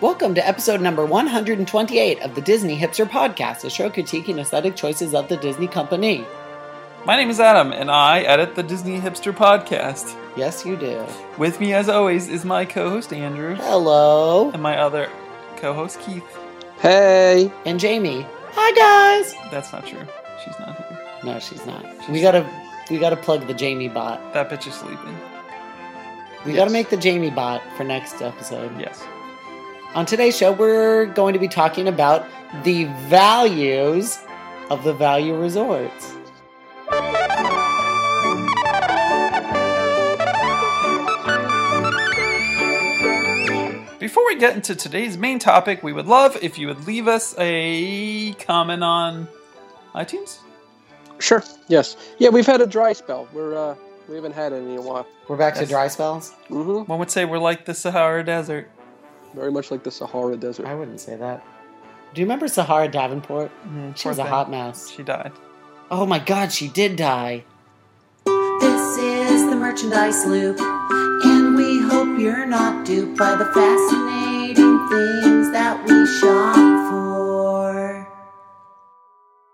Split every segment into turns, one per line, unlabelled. Welcome to episode number 128 of the Disney Hipster Podcast, a show critiquing aesthetic choices of the Disney company.
My name is Adam, and I edit the Disney Hipster Podcast.
Yes, you do.
With me, as always, is my co host Andrew
Hello.
and my other co host Keith.
Hey!
And Jamie. Hi, guys.
That's not true. She's not here.
No, she's not. We gotta, we gotta plug the Jamie bot.
That bitch is sleeping.
We
Yes.
gotta make the Jamie bot for next episode.
Yes.
On today's show, we're going to be talking about the values of the value resorts.
Before we get into today's main topic, we would love if you would leave us a comment on iTunes.
Sure. Yes. Yeah, we've had a dry spell. We're uh, we haven't had any in a while.
We're back to
Yes.
dry spells.
Mm-hmm.
One would say we're like the Sahara Desert.
Very much like the Sahara Desert.
I wouldn't say that. Do you remember Sahara Davenport?
Mm,
She
poor
was a
thing.
hot mouse.
She died.
Oh my god, she did die.
This is the merchandise loop, and we hope you're not duped by the fascinating things that we shop for.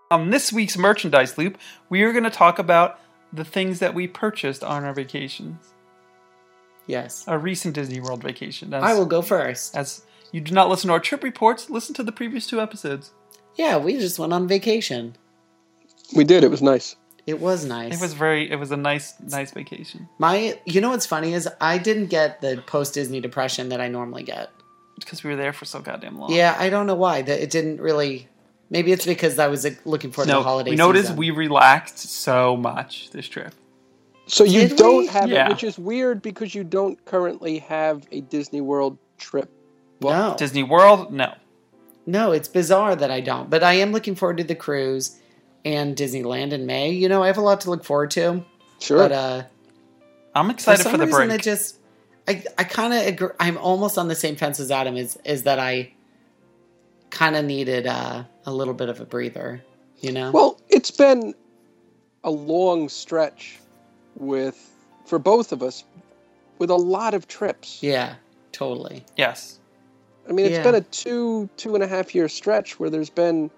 On this week's merchandise loop, we are going to talk about the things that we purchased on our vacations,
Yes.
our recent Disney World vacation. That's-
I will go first.
As you do not listen to our trip reports, listen to the previous two episodes.
Yeah, we just went on vacation.
We did. It was nice.
It was nice.
It was very, it was a nice, nice vacation
my you know what's funny is I didn't get the post Disney depression that I normally get.
because we were there for so goddamn long.
Yeah, I don't know why. That it didn't really maybe it's because I was like, looking forward to
No,
the holiday
we noticed
season.
we relaxed so much this trip.
So you
Did we?
don't have
Yeah.
it, which is weird because you don't currently have a Disney World trip.
no.
Disney World, no.
No, it's bizarre that I don't, but I am looking forward to the cruise and Disneyland in May. You know, I have a lot to look forward to.
Sure.
But uh
I'm excited for,
some
the
reason,
break.
It just, I, I kind of agree. I'm almost on the same fence as Adam. Is is that I kind of needed uh, a little bit of a breather, you know?
well, it's been a long stretch with for both of us with a lot of trips.
yeah, totally.
yes,
I mean, it's
Yeah.
been a two two and a half year stretch where there's been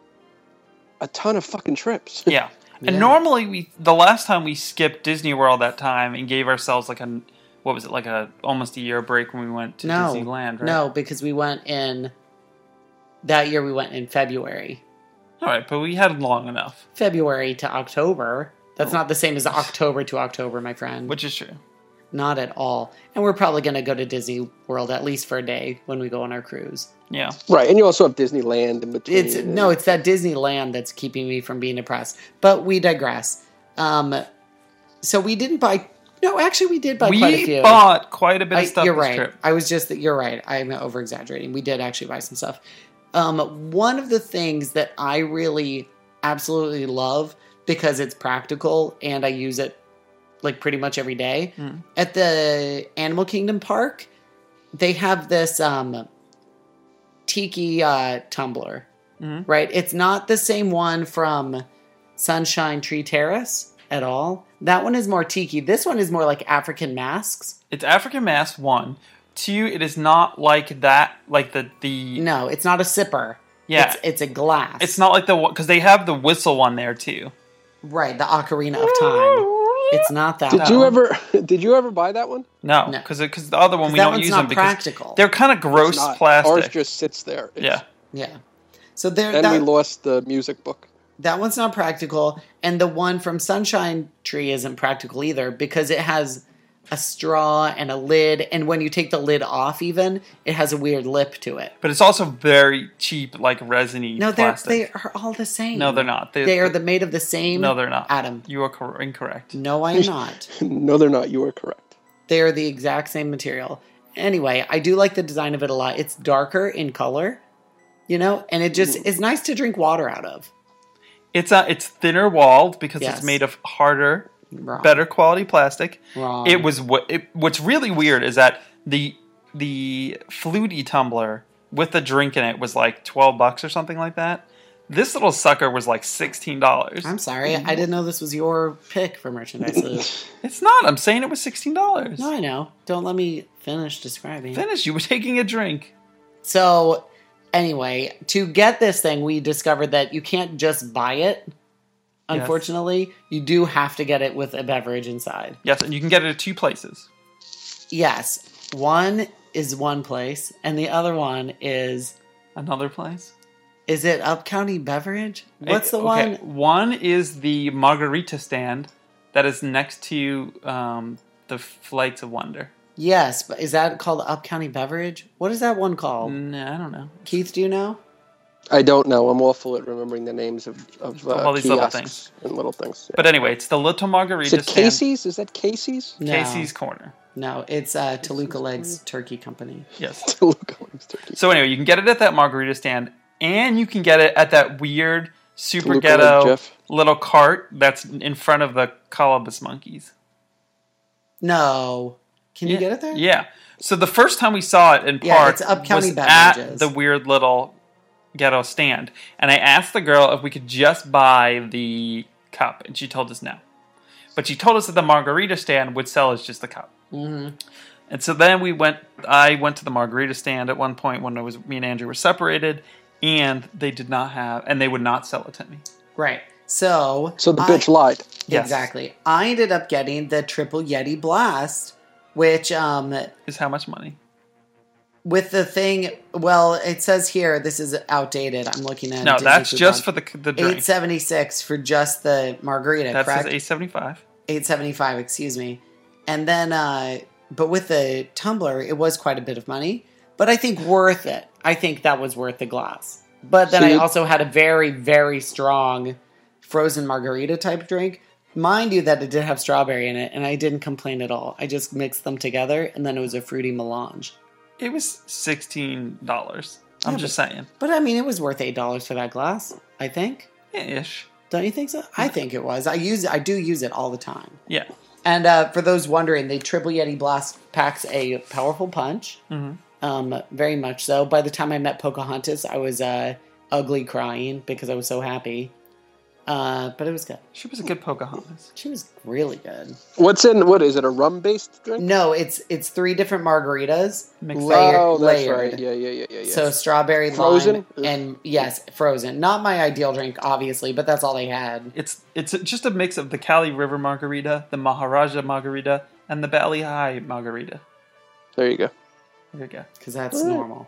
a ton of fucking trips.
yeah. And
Yeah.
normally we, the last time we skipped Disney World that time and gave ourselves like a, what was it, like a almost a year break when we went to
No,
Disneyland, right?
No, because we went in that year. We went in February,
All right, but we had long enough,
February to October.
Oh.
That's not the same as October to October, my friend.
which is true.
not at all. And we're probably going to go to Disney World at least for a day when we go on our cruise.
Yeah.
Right, and you also have Disneyland in between.
It's no, it's that Disneyland that's keeping me from being depressed. But we digress. Um, so we didn't buy. No, actually, we did buy
we
quite a few.
bought quite a bit
I-
of stuff
you're
this
right.
trip.
I was just you're right. I'm over exaggerating. We did actually buy some stuff. Um, one of the things that I really absolutely love because it's practical and I use it like pretty much every day
Mm.
at the Animal Kingdom Park, they have this um, tiki uh, tumbler,
Mhm.
right? It's not the same one from Sunshine Tree Terrace at all. That one is more tiki. This one is more like African masks.
It's African Mass one. Two, it is not like that, like the the
No, it's not a sipper.
yeah. It's,
It's, it's a glass.
not like the because they have the whistle one there too.
Right, the Ocarina of Time. It's not that
Did
one.
you
No.
ever? Did you ever buy that one?
No,
No.
because the other one we
that
don't
one's
use
not
them because
practical.
they're kind of gross
It's not. Ours
plastic.
just sits there. It's-
yeah,
yeah. So there
And we
that,
lost the music book.
that one's not practical and the one from Sunshine Tree isn't practical either because it has a straw and a lid and when you take the lid off even it has a weird lip to it.
but it's also very cheap, like resiny.
No, they're
plastic.
they are all the same.
No, they're not. They,
They are the made of the same
No, they're not.
atom.
You are cor- incorrect.
No, I am not.
no, they're not. You are correct.
They are the exact same material. Anyway, I do like the design of it a lot. It's darker in color, you know, and it just is nice to drink water out of.
It's uh, it's thinner walled because
Yes.
it's made of harder,
Wrong.
better quality plastic.
Wrong.
It was what it, what's really weird is that the the fluty tumbler with the drink in it was like twelve bucks or something like that. This little sucker was like sixteen dollars.
I'm sorry. I didn't know this was your pick for merchandise. Lou.
It's not. I'm saying it was sixteen dollars.
no, I know. Don't let me finish describing.
Finish. You were taking a drink.
So, anyway, to get this thing, we discovered that you can't just buy it. Unfortunately, you do have to get it with a beverage inside.
Yes, and you can get it at two places.
Yes, one is one place, and the other one is
Another place.
is it Up County Beverage? What's
Eh,
the
okay,
one?
One is the margarita stand that is next to um, the Flights of Wonder.
Yes, but is that called Up County Beverage? What is that one called?
No, I don't know.
Keith, do you know?
I don't know. I'm awful at remembering the names of, of uh,
All these little
kiosks and little things.
But anyway, it's the Little
Is
Margarita
it
stand.
Casey's? Is that Casey's?
No,
Casey's Corner.
No, it's uh, Toluca Legs Turkey Company.
Yes.
Look, it's turkey.
So anyway, you can get it at that margarita stand, and you can get it at that weird super
Look at
ghetto
Jeff.
little cart that's in front of the Columbus monkeys.
No, can you
yeah.
get it there?
Yeah. So the first time we saw it in
Yeah,
park
it's Up County
was at
Beverages.
the weird little ghetto stand, and I asked the girl if we could just buy the cup, and she told us no. But she told us that the margarita stand would sell us just the cup.
Mhm.
And so then we went. I went to the margarita stand at one point when I was me and Andrew were separated, and they did not have, and they would not sell it to me.
Right. So,
So the
I-
bitch lied.
Yes.
exactly. I ended up getting the Triple Yeti Blast, which um,
Is how much money?
with the thing. Well, it says here this is outdated. I'm looking at
no,
Disney
that's just for
coupon.
the the drink.
876 for just the margarita.
That says
correct?
eight seventy five.
875 excuse me and then uh but with the tumbler it was quite a bit of money but i think worth it i think that was worth the glass but then
So
i
you-
also had a very very strong frozen margarita type drink mind you that it did have strawberry in it and i didn't complain at all i just mixed them together and then it was a fruity melange
It was sixteen dollars. I'm
Yeah,
just saying,
but i mean it was worth eight dollars for that glass i think
yeah, ish.
don't you think so i
Mm.
think it was i use i do use it all the time
Yeah.
And uh, for those wondering, the Triple Yeti Blast packs a powerful punch,
hmm
um, very much so. By the time I met Pocahontas, I was uh, ugly crying because I was so happy. Uh, but it was good.
She was a good Pocahontas.
She was really good.
What's in? What is it? A rum-based drink?
No, it's it's three different margaritas
Mixed
layer-
oh, that's
layered.
right. Yeah, yeah, yeah, yeah. yeah.
So strawberry,
Frozen?
lime, and yes, frozen. Not my ideal drink, obviously, but that's all they had.
It's it's just a mix of the Cali River Margarita, the Maharaja Margarita, and the Valley High Margarita.
there you go.
There you
Because that's
Mm.
normal.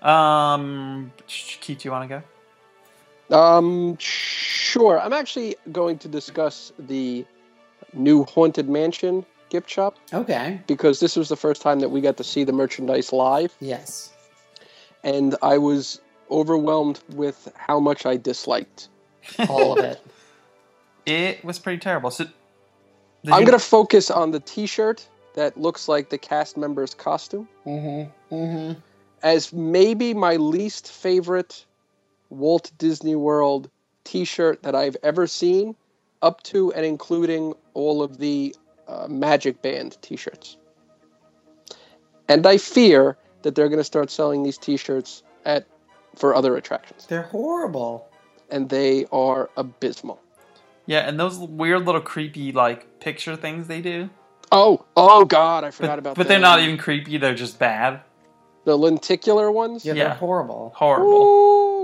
go. Um, Keith, you want to go?
Um, sure. I'm actually going to discuss the new Haunted Mansion gift shop
Okay.
because this was the first time that we got to see the merchandise live,
Yes.
and I was overwhelmed with how much I disliked.
All of it.
It was pretty terrible. So, did
I'm
you-
going to focus on the T-shirt that looks like the cast member's costume
mm-hmm. Mm-hmm.
as maybe my least favorite Walt Disney World T-shirt that I've ever seen, up to and including all of the uh, Magic Band T-shirts. And I fear that they're going to start selling these T-shirts at for other attractions,
They're horrible.
and they are abysmal.
Yeah, and those weird little creepy like picture things they do.
Oh, oh God, I
But,
forgot about.
but
them.
they're not even creepy. They're just bad,
the lenticular ones.
Yeah,
Yeah.
they're horrible.
horrible.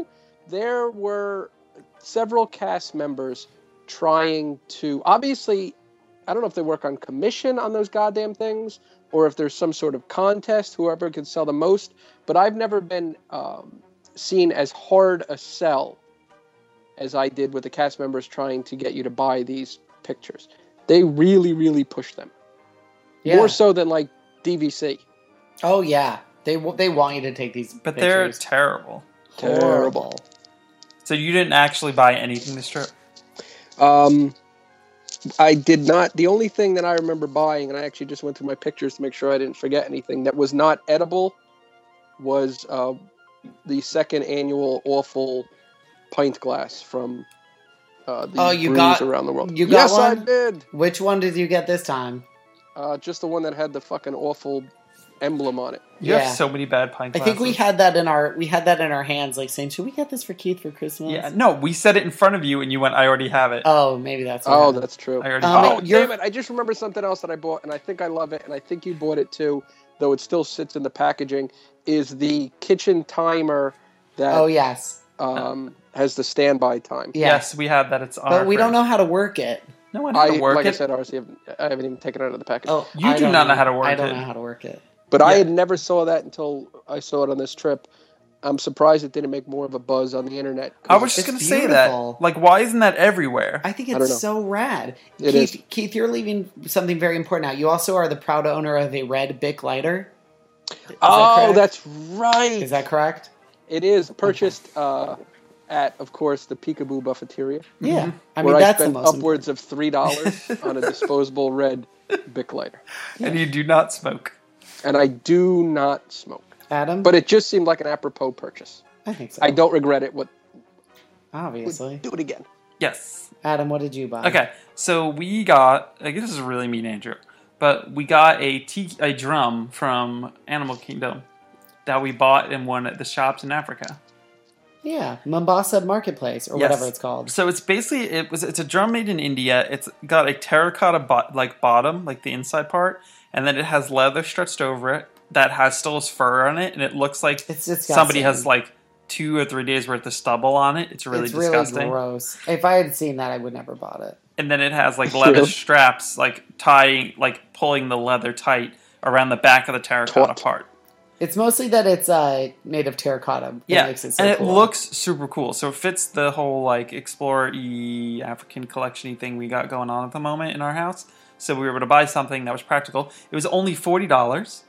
Ooh, there were several cast members trying to obviously I don't know if they work on commission on those goddamn things or if there's some sort of contest whoever can sell the most, but I've never been um, seen as hard a sell as I did with the cast members trying to get you to buy these pictures. They really really push them.
Yeah.
More so than like DVC.
Oh yeah, they w- they want you to take these,
But they're
pictures.
terrible.
horrible.
So you didn't actually buy anything this trip.
Um, I did not. The only thing that I remember buying, and I actually just went through my pictures to make sure I didn't forget anything that was not edible, was uh, the second annual awful pint glass from uh, the
Oh, you
breweries
got-
around the world.
you got
yes, I
one?
did.
Which one did you get this time?
Uh, just the one that had the fucking awful emblem on it.
You
Yeah.
have so many bad pint
I
glasses.
think we had that in our we had that in our hands, like saying, "Should we get this for Keith for Christmas?"
Yeah, no, we said it in front of you, and you went, "I already have it.
Oh, maybe that's. What
Oh,
happened.
that's true.
I already
Um,
bought
Oh,
it."
you're-
damn it! I just remembered something else that I bought, and I think I love it, and I think you bought it too. though it still sits in the packaging, is the kitchen timer that
Oh yes,
um, has the standby time.
yes,
Yes, we have that. It's on.
but
our
we don't
fridge.
know how to work it.
No, I know how
I,
to work
like I
it.
said, RC, haven't- I haven't even taken it out of the package.
Oh,
You
I
do
don't
not know how to work
I don't
it.
know how to work it.
But I
Yeah.
had never saw that until I saw it on this trip. I'm surprised it didn't make more of a buzz on the internet.
I was
It's
just gonna say that.
beautiful.
Like, why isn't that everywhere?
I think
I don't know.
it's so rad.
It
Keith, Keith, you're leaving something very important out. You also are the proud owner of a red Bic lighter. Is that
oh,
correct?
that's right.
is that correct?
it is purchased uh, at, of course, the Peekaboo Buffeteria,
Mm-hmm.
Yeah, I mean
where I
that's the
spent
most
upwards of three dollars on a disposable red Bic lighter,
And you do not smoke.
and I do not
important.
smoke.
Adam.
But it just seemed like an apropos purchase.
I think so.
I don't regret it. What
Obviously,
would do it again?
Yes.
Adam, what did you buy?
Okay. So we got. I guess this is really mean, Andrew, but we got a t- a drum from Animal Kingdom that we bought in one at the shops in Africa.
Yeah, Mombasa Marketplace or
Yes.
whatever it's called.
So it's basically it was it's a drum made in India. It's got a terracotta bo- like bottom, like the inside part, and then it has leather stretched over it that has still has fur on it, and it looks like
It's disgusting.
somebody has like two or three days worth of stubble on it. It's really
it's
disgusting.
really gross. If I had seen that, I would never bought it.
and then it has like leather
Really?
straps, like tying, like pulling the leather tight around the back of the terracotta
Taut.
part.
It's mostly that it's uh, made of terracotta. that
Yeah,
makes it so
and it
cool.
looks super cool. So it fits the whole like explorer y African collection thing we got going on at the moment in our house. So we were able to buy something that was practical. It was only forty dollars.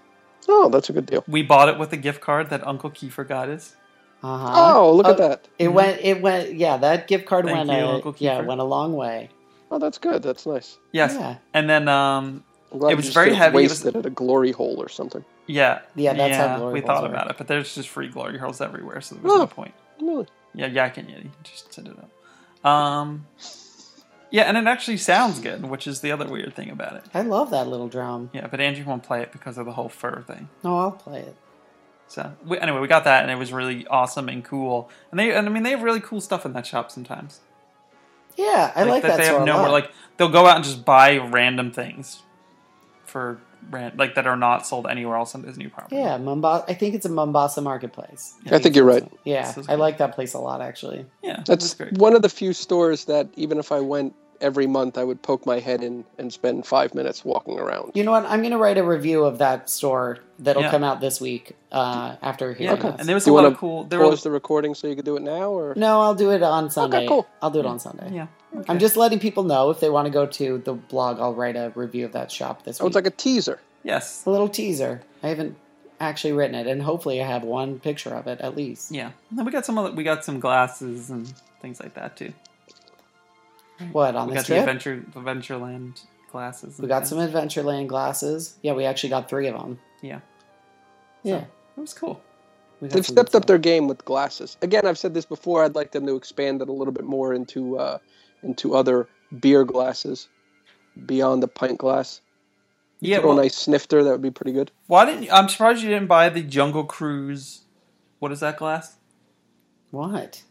Oh, that's a good deal.
We bought it with a gift card that Uncle Kiefer got us.
Uh-huh.
Oh, look at
Oh.
that.
It went. It went. Yeah, that gift card
Thank
went.
you,
a,
Uncle
yeah,
Kiefer.
went a long way.
Oh, that's good. That's nice.
Yes,
Yeah.
and then um,
I'm glad
It
you
was
just
very
didn't
heavy. It was-
Waste it at a glory hole or something.
yeah,
Yeah, that's how glory
we
holes
thought
are.
about it, but there's just free glory holes everywhere, so there was
Oh.
no point.
Really?
Yeah, Yak and Yeti. Just set it up. Um, yeah, and it actually sounds good, which is the other weird thing about it.
I love that little drum.
Yeah, but Andrew won't play it because of the whole fur thing.
No, I'll play it.
So we, anyway, we got that, and it was really awesome and cool. And they, and I mean, they have really cool stuff in that shop sometimes.
Yeah, I like, that.
they
sort
have
of
nowhere.
lot.
Like they'll go out and just buy random things for rent, like that are not sold anywhere else on Disney property.
yeah, Mombasa. I think it's a Mombasa marketplace.
I think you're right.
Yeah,
This is
I
good.
like that place a lot actually.
Yeah,
That's
great.
one of the few stores that even if I went every month, I would poke my head in and spend five minutes walking around.
You know what? I'm gonna write a review of that store that'll
Yeah.
come out this week uh, after
Yeah,
hearing this.
and there was
Do
a
you
lot
wanna
of cool. There
Pause
was
the recording so you could do it now, or
No, I'll do it on Sunday.
cool.
I'll do it on Sunday.
yeah.
I'm just letting people know if they want to go to the blog. I'll write a review of that shop this
oh,
week.
it's like a teaser.
yes.
a little teaser. I haven't actually written it, and hopefully, I have one picture of it at least.
Yeah, and then we got some other, we got some glasses and things like that too.
What on
We
this
got
trip?
the adventure Adventureland glasses. and
we got
things.
some Adventureland glasses. Yeah, we actually got three of them.
Yeah.
yeah.
It was cool.
We got
They've
some good
stepped up
stuff.
their game with glasses. Again, I've said this before. I'd like them to expand it a little bit more into uh, into other beer glasses beyond the pint glass.
Yeah.
Throw a
Well,
nice snifter. That would be pretty good.
why didn't you, I'm surprised you didn't buy the Jungle Cruise? What is that glass?
What?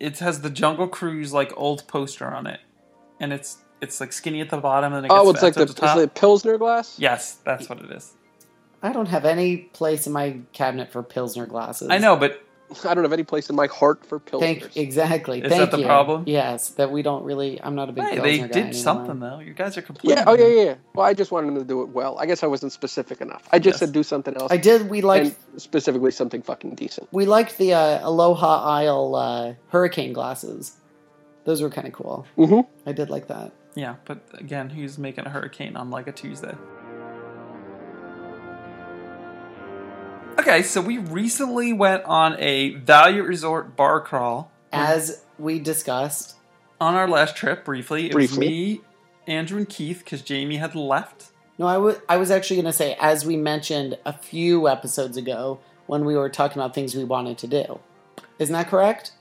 It has the Jungle Cruise like old poster on it, and it's it's like skinny at the bottom and it gets
Oh, it's like
fat
the,
at
it's
top.
like Pilsner glass.
yes, that's what it is.
I don't have any place in my cabinet for Pilsner glasses.
I know, but
I don't have any place in my heart for Pilsners.
Thank exactly.
Is
Thank
that the
you.
problem?
Yes, that we don't really. I'm not a big.
hey,
Pilsner
they
guy
did
anymore.
something though. You guys are complaining.
Yeah. Oh, yeah, yeah, yeah. Well, I just wanted them to do it well. I guess I wasn't specific enough. I just
Yes.
said do something else.
I did. We liked.
and specifically something fucking decent.
we liked the uh, Aloha Isle uh, hurricane glasses. Those were kind of cool.
Mm-hmm.
I did like that.
Yeah, but again, who's making a hurricane on like a Tuesday? Okay, so we recently went on a value resort bar crawl
As we discussed,
on our last trip briefly. It
Briefly.
was me, Andrew, and Keith because Jamie had left.
no, I wa- I was actually going to say, as we mentioned a few episodes ago when we were talking about things we wanted to do. Isn't that correct?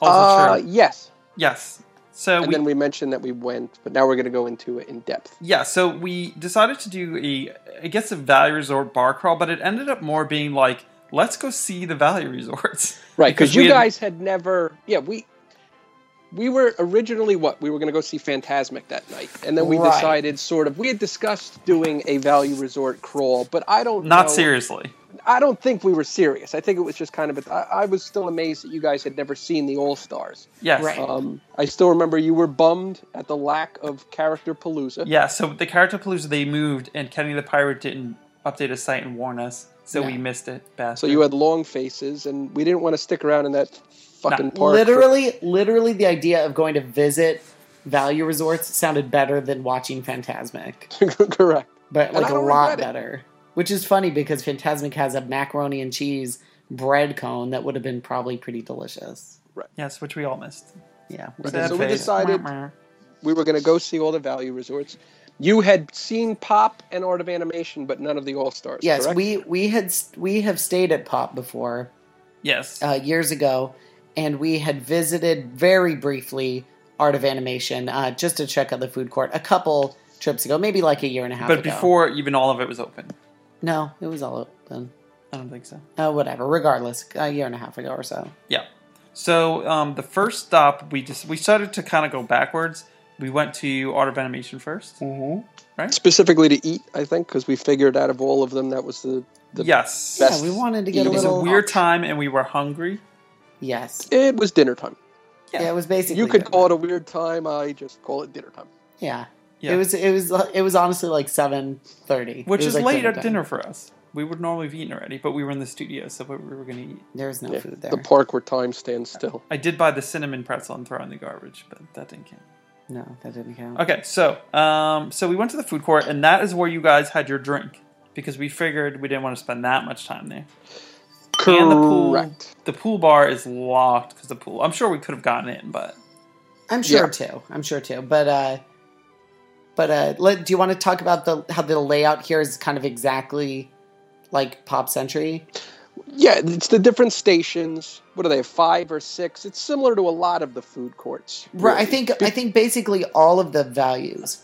Also true.
Yes.
Yes. So
Uh, And
we
then we mentioned that we went, but now we're going to go into it in depth.
Yeah, so we decided to do a, I guess, a Valley Resort bar crawl, but it ended up more being like, let's go see the Valley Resorts.
Right. Because
we
you
had-
guys had never. Yeah, we. we were originally what we were going to go see Fantasmic that night, and then we
Right.
decided sort of we had discussed doing a value resort crawl, but I don't
Not
know-
seriously.
I don't think we were serious. I think it was just kind of. A, I, I was still amazed that you guys had never seen the All Stars.
Yes.
Right.
Um, I still remember you were bummed at the lack of character palooza.
Yeah, so the character palooza they moved, and Kenny the Pirate didn't update his site and warn us, so
No.
we missed it.
So
Bastard.
you had long faces, and we didn't want to stick around in that fucking park. for-
literally, literally, the idea of going to visit value resorts sounded better than watching Fantasmic,
correct.
but
And
like
I
a
don't
lot
regret it.
better. Which is funny because Fantasmic has a macaroni and cheese bread cone that would have been probably pretty delicious.
yes, which we all missed.
Yeah,
Right.
did.
Sad
so we
face.
decided we were going to go see all the value resorts. You had seen Pop and Art of Animation, but none of the All Stars.
yes,
correct?
we we had st- we have stayed at Pop before
Yes.
uh, years ago, and we had visited very briefly Art of Animation uh, just to check out the food court a couple trips ago, maybe like a year and a half.
but
ago.
before even all of it was open.
no, it was all open.
I don't think so.
Uh, whatever. Regardless, a year and a half ago or so.
Yeah. So um, the first stop, we just we started to kind of go backwards. We went to Art of Animation first.
Mm-hmm.
specifically to eat. I think because we figured out of all of them, that was the The
yes.
best-
Yeah, we wanted to get
It
a
was a
little.
weird time, and we were hungry.
Yes.
it was dinner time.
Yeah. it was basically.
You could call it a weird time. I just call it dinner time.
Yeah.
Yeah.
It was. It was. It was honestly like seven thirty,
which is late at dinner for us. We would normally have eaten already, but we were in the studio, so we were going to eat.
There was no
Yeah,
food there.
The park where time stands still.
I did buy the cinnamon pretzel and throw it in the garbage, but that didn't count.
no, that didn't count.
Okay, so um, so we went to the food court, and that is where you guys had your drink because we figured we didn't want to spend that much time there. And the pool,
Correct.
the pool bar is locked because the pool. I'm sure we could have gotten in, but
I'm sure
Yeah.
too. I'm sure too. But uh, but uh, let, do you want to talk about the how the layout here is kind of exactly like Pop Century?
Yeah, it's the different stations. What do they have? Five or six? It's similar to a lot of the food courts.
Right. I
really.
think I think basically all of the values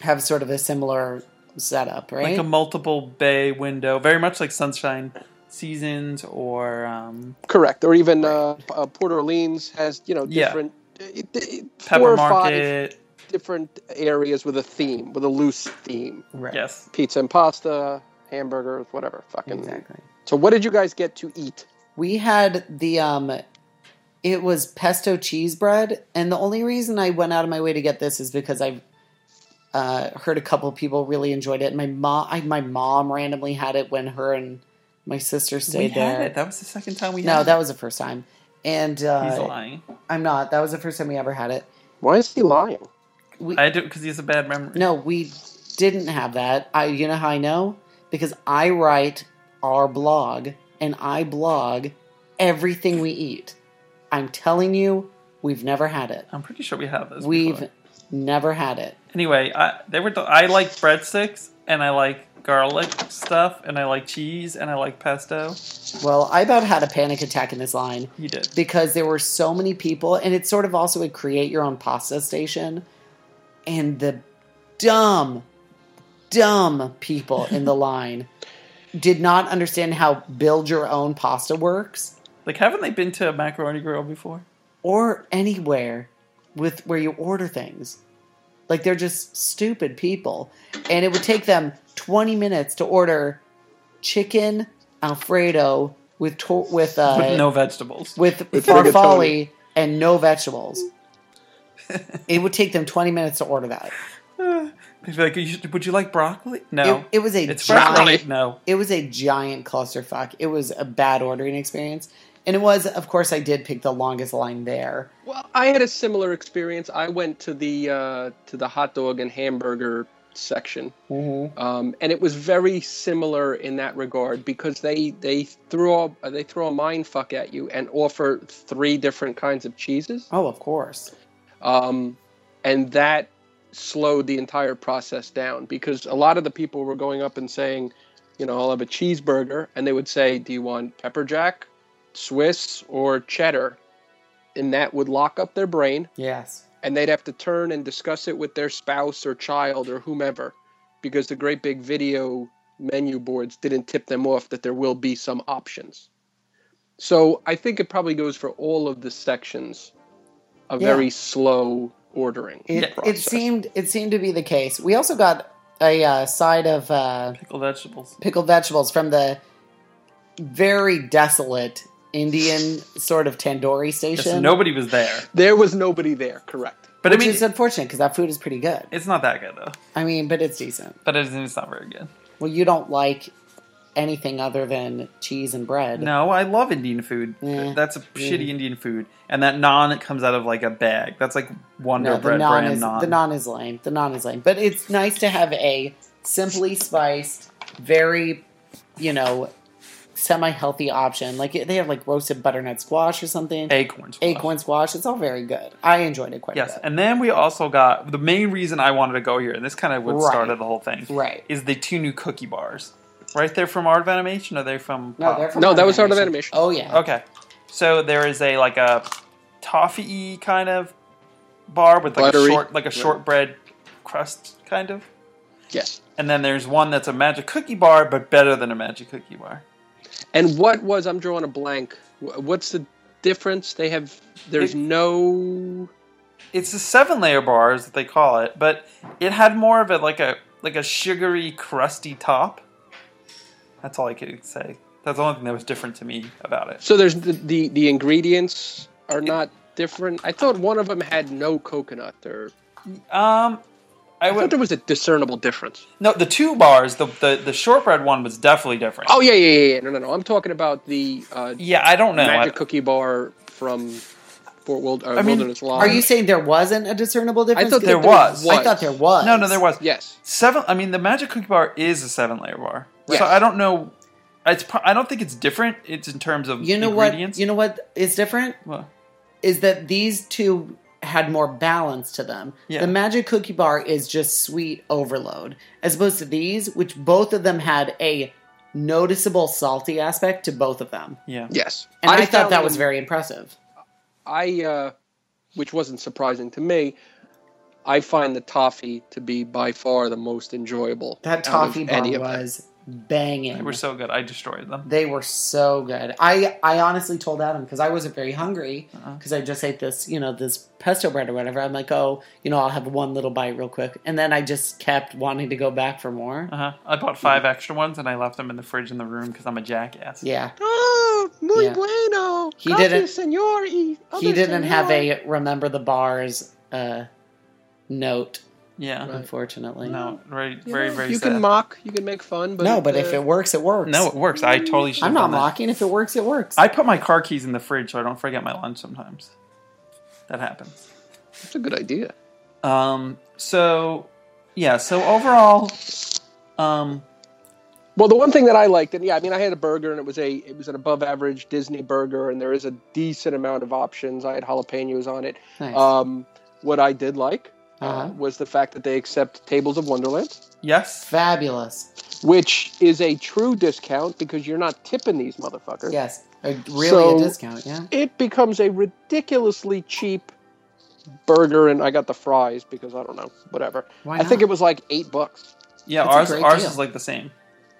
have sort of a similar setup, right?
like a multiple bay window, very much like Sunshine Seasons or um,
Correct. Or even uh, P- uh, Port Orleans has you know
Yeah.
different it- it- four
Pepper
or five
Market.
different areas with a theme, with a loose theme.
right.
Yes,
Pizza and pasta, hamburgers, whatever. Fucking.
Exactly.
So what did you guys get to eat?
We had the um it was pesto cheese bread and the only reason I went out of my way to get this is because I've uh, heard a couple people really enjoyed it. My mom, I, my mom randomly had it when her and my sister
we
stayed there.
had it. That was the second time we
no,
had
that
it.
was the first time, and
He's
uh,
lying.
I'm not. That was the first time we ever had it.
Why is he lying?
We,
I do because he has a bad memory.
No, we didn't have that. I you know how I know? Because I write our blog and I blog everything we eat. I'm telling you, we've never had it.
I'm pretty sure we have this.
We've
before.
never had it.
Anyway, I they were. I like breadsticks and I like garlic stuff and I like cheese and I like pesto.
Well, I about had a panic attack in this line
You did.
because there were so many people and it's sort of also a create your own pasta station and the dumb dumb people in the line did not understand how build your own pasta works
Like, haven't they been to a macaroni grill before?
or anywhere with where you order things. Like they're just stupid people. And it would take them 20 minutes to order chicken alfredo with to- with uh
With no vegetables.
with,
With
farfalle and no vegetables. it would take them 20 minutes to order that.
They'd be like, "You should- would you like broccoli? No.
It, it was a
it's
giant
broccoli. No.
it was a giant clusterfuck. It was a bad ordering experience. And it was of course I did pick the longest line there.
Well, I had a similar experience. I went to the uh, to the hot dog and hamburger section,
Mm-hmm.
um, and it was very similar in that regard because they they throw a, they throw a mind fuck at you and offer three different kinds of cheeses,
Oh, of course.
um, and that slowed the entire process down because a lot of the people were going up and saying, you know, I'll have a cheeseburger, and they would say, do you want pepper jack, Swiss, or cheddar, and that would lock up their brain
Yes.
and they'd have to turn and discuss it with their spouse or child or whomever because the great big video menu boards didn't tip them off that there will be some options. So I think it probably goes for all of the sections a
Yeah.
very slow ordering.
It, it
process.
seemed it seemed to be the case. We also got a uh, side of uh,
Pickled vegetables.
pickled vegetables from the very desolate Indian sort of tandoori
Yes,
station.
nobody was there.
There was nobody there, correct?
But
which
I mean,
is unfortunate because that food is pretty good.
it's not that good though.
I mean, but it's decent.
But it's, it's not very good.
Well, you don't like anything other than cheese and bread.
No, I love Indian food.
Yeah.
That's a shitty Indian food, and that naan that comes out of like a bag. That's like Wonder
No, the
Bread
non
brand
is
naan.
the non is lame. The non is lame. But it's nice to have a simply spiced, very, you know, semi healthy option. Like they have like roasted butternut squash or something.
acorns.
Acorn squash. It's all very good. I enjoyed it quite
Yes,
a bit.
and then we also got the main reason I wanted to go here, and this kind of what
Right.
started the whole thing.
Right.
Is the two new cookie bars? Right, they're from Art of Animation, or they're from?
No,
Pop?
they're from
No, that was
Art
Art of Animation.
Oh yeah.
Okay, so there is a like a toffee kind of bar with like a
Buttery.
short like a shortbread crust kind of,
Yes.
and then there's one that's a magic cookie bar, but better than a magic cookie bar.
And what was I'm drawing a blank. Wh- What's the difference? They have there's
It-
no
It's a seven layer bar is what they call it, but it had more of a like a like a sugary crusty top. That's all I could say. That's the only thing that was different to me about it.
so there's the the, the ingredients are not different. I thought one of them had no coconut or
Um, I
I thought
would
there was a discernible difference.
no the two bars. The the, the shortbread one was definitely different.
Oh yeah, yeah, yeah, yeah. No, no, no. I'm talking about the uh,
yeah, I don't know.
magic
I-
cookie bar from Fort Wild, uh,
I mean,
Wilderness Lodge.
Are you saying there wasn't a discernible difference?
thought
there
Because
was.
I thought there was.
No, no, there was
Yes.
seven. I mean, the magic cookie bar is a seven layer bar,
Yes.
so I don't know. It's pro- I don't think it's different. It's in terms of
You know what?
ingredients.
You know what is different
Well,
is that these two had more balance to them.
Yeah.
The magic cookie bar is just sweet overload, as opposed to these, which both of them had a noticeable salty aspect to both of them.
yeah,
Yes.
And I, thought
found
that was
them-
very impressive.
I, uh, which wasn't surprising to me, I find the toffee to be by far the most enjoyable.
That
out of
toffee bar
any of them.
was banging.
they were so good. I destroyed them.
They were so good. I I honestly told Adam because I wasn't very hungry
Uh-uh.
because I just ate this you know this pesto bread or whatever. I'm like, oh, you know, I'll have one little bite real quick, and then I just kept wanting to go back for more.
Uh huh. I bought five extra ones and I left them in the fridge in the room because I'm a jackass.
Yeah,
Oh, muy
Yeah.
bueno.
He didn't-
senor. y
he
other
didn't have
senor.
a uh, remember the bars uh, note,
Yeah.
Right.
unfortunately.
No, very,
You
very,
know,
very.
You
sad.
can mock. You can make fun. But
no, but
uh,
if it works, it works.
No, it works. I totally should.
I'm not
that.
mocking. If it works, it works.
I put my car keys in the fridge so I don't forget my lunch sometimes. That happens.
it's a good idea.
Um, so yeah, so overall um
Well, the one thing that I liked, and yeah, I mean, I had a burger, and it was a it was an above average Disney burger, and there is a decent amount of options. I had jalapenos on it.
nice.
Um, what I did like uh,
Uh-huh.
was the fact that they accept tables of Wonderland,
yes.
Fabulous.
which is a true discount because you're not tipping these motherfuckers.
Yes, a, really
So-
a discount. Yeah.
It becomes a ridiculously cheap burger, and I got the fries because I don't know, whatever.
Why
I
not?
think it was like eight bucks.
Yeah,
That's a
ours
great
ours
deal.
is like the same.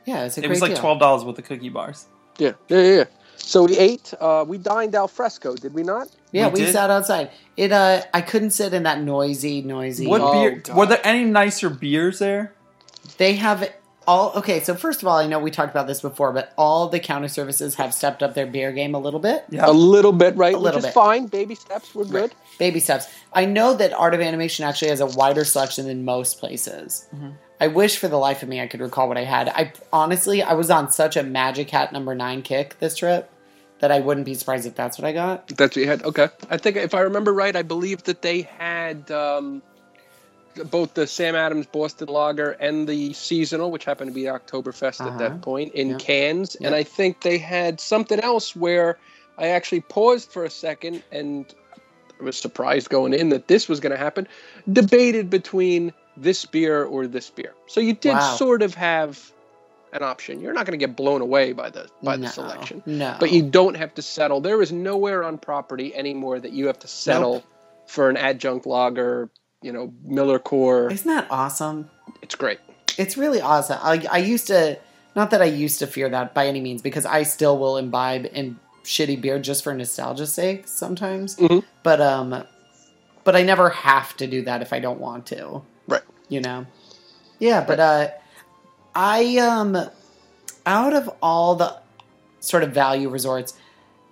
yeah, it's a
It
great
was like
deal.
twelve dollars with the cookie bars.
Yeah, yeah, yeah. yeah. So we ate. Uh, we dined al fresco, did we not?
Yeah,
We
we,
did.
sat outside. It uh I couldn't sit in that noisy, noisy.
What
Oh,
beer
God.
were there any nicer beers there?
They have all okay, so first of all, I know we talked about this before, but all the counter services have stepped up their beer game a little bit.
Yeah.
A little bit, right?
A little
Which
bit.
is fine. Baby steps. We're good.
Baby steps. I know that Art of Animation actually has a wider selection than most places.
Mm-hmm.
Mhm.
I wish for the life of me I could recall what I had. I honestly I was on such a magic hat number nine kick this trip that I wouldn't be surprised if that's what I got.
That's what you had. Okay. I think if I remember right, I believe that they had um, both the Sam Adams Boston Lager and the seasonal, which happened to be Oktoberfest at
Uh-huh.
that point, in
Yeah.
cans. And
Yeah.
I think they had something else where I actually paused for a second and I was surprised going in that this was going to happen. Debated between this beer or this beer. So you did
Wow.
sort of have an option. You're not going to get blown away by the by
no,
the selection
No.
but you don't have to settle. There is nowhere on property anymore that you have to settle for an adjunct lager, you know, Miller Core.
Isn't that awesome?
It's great.
It's really awesome. I, I used to, not that I used to fear that by any means, because I still will imbibe in shitty beer just for nostalgia's sake sometimes.
Mhm.
But um, but I never have to do that if I don't want to.
Right.
You know. Yeah, but uh I um out of all the sort of value resorts,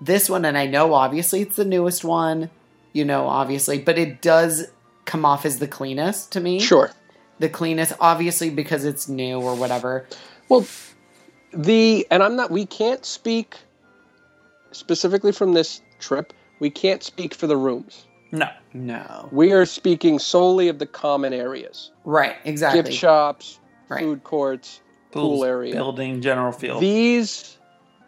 this one and I know obviously it's the newest one, you know, obviously, but it does come off as the cleanest to me.
Sure.
The cleanest obviously because it's new or whatever.
Well, the and I'm not. We can't speak specifically from this trip. We can't speak for the rooms.
No.
No.
We are speaking solely of the common areas:
Right, exactly.
gift shops,
Right.
food courts.
Pool
Pool area.
Building, general field.
These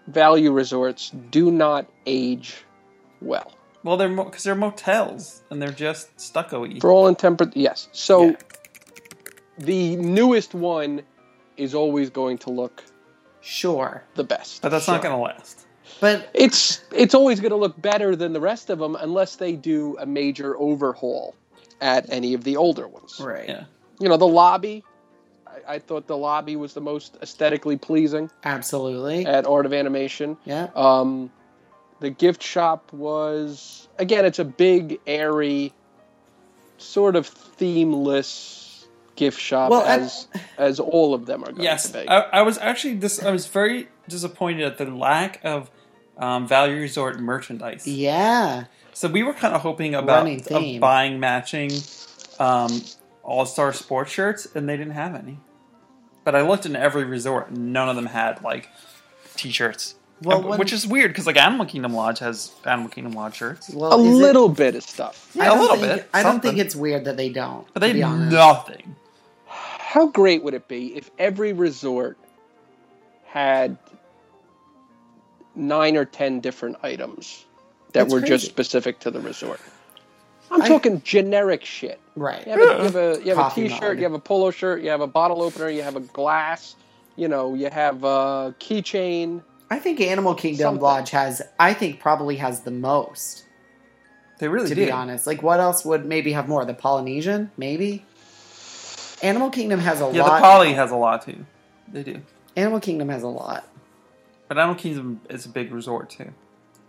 value resorts do not age well.
well, they're because they're motels and they're just stucco-y.
For all intemperate, yes. So
Yeah.
the newest one is always going to look
Sure.
the best.
But that's not going to last.
But
It's it's always going to look better than the rest of them unless they do a major overhaul at any of the older ones.
right.
Yeah.
You know, the lobby. I, I thought the lobby was the most aesthetically pleasing
Absolutely.
at Art of Animation.
yeah.
Um, the gift shop was again, it's a big, airy, sort of themeless gift shop
Well, and-
as as all of them are going
Yes, Uh,
to be.
I, I was actually dis- I was very disappointed at the lack of um, value resort merchandise.
Yeah.
So we were kind of hoping about
Running
of
theme.
buying matching um, All Star sports shirts, and they didn't have any. But I looked in every resort, and none of them had like T-shirts.
Well,
And-
when-
which is weird because like Animal Kingdom Lodge has Animal Kingdom Lodge shirts,
Well,
a
is it-
little bit of stuff.
I
Yeah, a
don't
little
think,
bit,
I don't
something.
think it's weird that they don't.
but they
to be
had
honest.
nothing.
How great would it be if every resort had nine or ten different items that
That's
were just
crazy.
specific to the resort? I'm
I-
talking generic shit.
Right.
You have a, you have a, you have a
Coffee
t-shirt,
mug.
you have a polo shirt, you have a bottle opener, you have a glass, you know, you have a keychain.
I think Animal Kingdom
Something.
Lodge has, I think probably has the most,
They really
to
did.
be honest. Like, what else would maybe have more? The Polynesian, maybe? Animal Kingdom has a
Yeah,
lot.
the Poly has a lot too. They do,
Animal Kingdom has a lot.
but Animal Kingdom is a big resort too.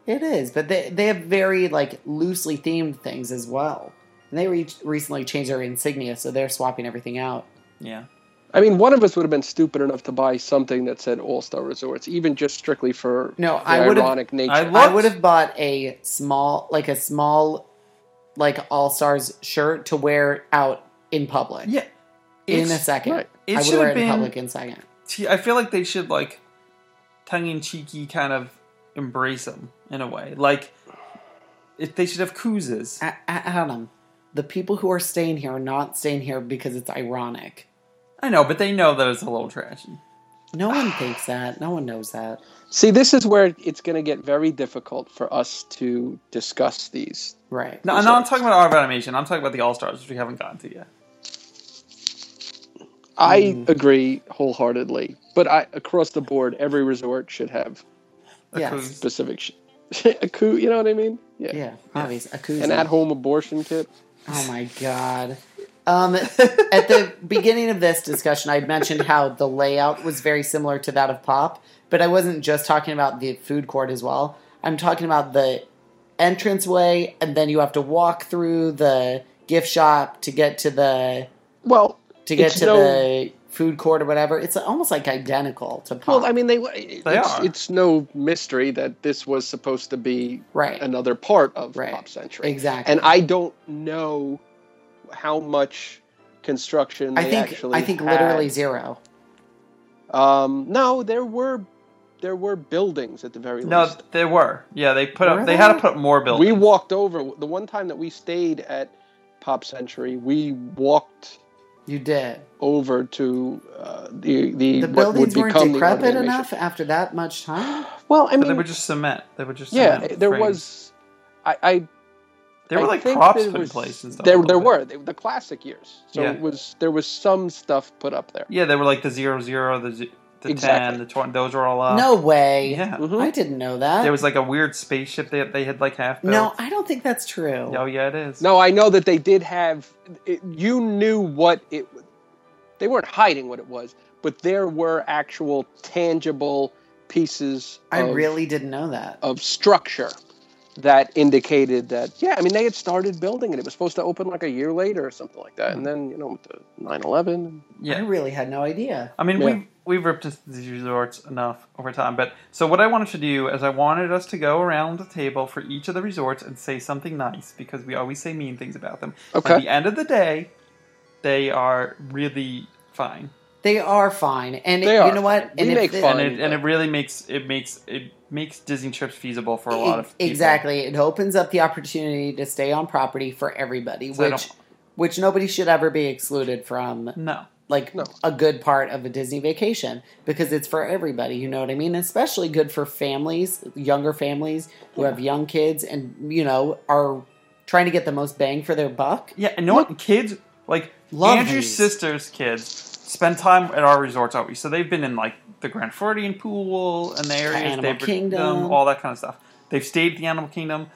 It is, but they, they have very, like, loosely themed things as well. And they re- recently changed their insignia, so they're swapping everything out.
Yeah.
I mean, one of us would have been stupid enough to buy something that said All Star Resorts, even just strictly for
No,
the
I would have
ironic nature.
I love-
I would have bought a small, like a small, like all stars shirt to wear out in public
Yeah.
in a
It's-
second.
right.
It
I would
should
wear
have
it in
been.
public in a second.
t- I feel like they should like tongue in cheeky kind of embrace them in a way. Like if they should have koozes.
A- A- Adam, the people who are staying here are not staying here because it's ironic.
I know, but they know that it's a little trashy.
No one thinks that. No one knows that.
See, this is where it's going to get very difficult for us to discuss these.
Right.
No, no, I'm talking about Art of Animation. I'm talking about the All Stars, which we haven't gotten to yet.
I
Mm.
agree wholeheartedly, but I across the board, every resort should have
A
Yes.
kooz.
specific sh- a coup. You know what I mean? Yeah.
Yeah, obvious. A koozie.
An at-home abortion kit.
Oh my god. Um, at the beginning of this discussion, I mentioned how the layout was very similar to that of Pop, but I wasn't just talking about the food court as well. I'm talking about the entranceway, and then you have to walk through the gift shop to get to the
Well,
to get
It's
to
no-
the food court or whatever. It's almost like identical to Pop.
Well, I mean, they it's,
are.
it's no mystery that this was supposed to be
right,
another part of
Right.
Pop Century,
exactly.
and I don't know how much construction
I
they
think
actually.
I think
had.
literally zero.
Um, no, there were there were buildings at the very
No,
least.
they were. Yeah, they put
Were
up. They
they?
had to put up more
We
buildings.
walked over the one time that we stayed at Pop Century. We walked
You did. over
over to uh, the the,
The
what would
buildings weren't
become the Art of
decrepit
Animation.
enough after that much time.
Well, I
but they
mean,
were just cement. They were just
yeah,
cement
there
frames.
was. I, I
There were
I
like
think
props
there
put in
was-
place and stuff. a
There,
little
there
bit.
were they, the classic years. So
Yeah.
it was there was some stuff put up there.
Yeah, they were like the zero zero, the z- the
Exactly.
ten, the twenty. Those were all up.
no way.
Uh, Yeah.
Mhm.
I didn't know that.
There was like a weird spaceship that they had like half built.
no, I don't think that's true.
Oh yeah, it is.
No, I know that they did have. It, you knew what it. They weren't hiding what it was, but there were actual tangible pieces.
I
of, Oh.
really didn't know that.
of structure that indicated that yeah i mean they had started building it it was supposed to open like a year later or something like
Hmm.
that and then you know with the 9-11
I
Yeah.
really had no idea.
I mean,
Yeah.
we've, we've ripped into these resorts enough over time. But so what I wanted to do is I wanted us to go around the table for each of the resorts and say something nice because we always say mean things about them.
Okay.
At the end of the day, they are really fine,
They are fine, and
They
you
are
know what?
We
and
make
the-
fun
and it and it
but-
really makes it makes it makes Disney trips feasible for a
e-
lot of people.
exactly, it opens up the opportunity to stay on property for everybody,
So I
which
don't-
which nobody should ever be excluded from.
No.
Like
No.
a good part of a Disney vacation because it's for everybody. You know what I mean? Especially good for families, younger families who have young kids and you know are trying to get the most bang for their buck.
Yeah, and you know what? Kids like
Love
Andrew's
these.
sister's kids spend time at our resorts always. So they've been in like the Grand Floridian pool and the areas,
Animal
they've
Kingdom.
all that kind of stuff. They've stayed at the Animal Kingdom.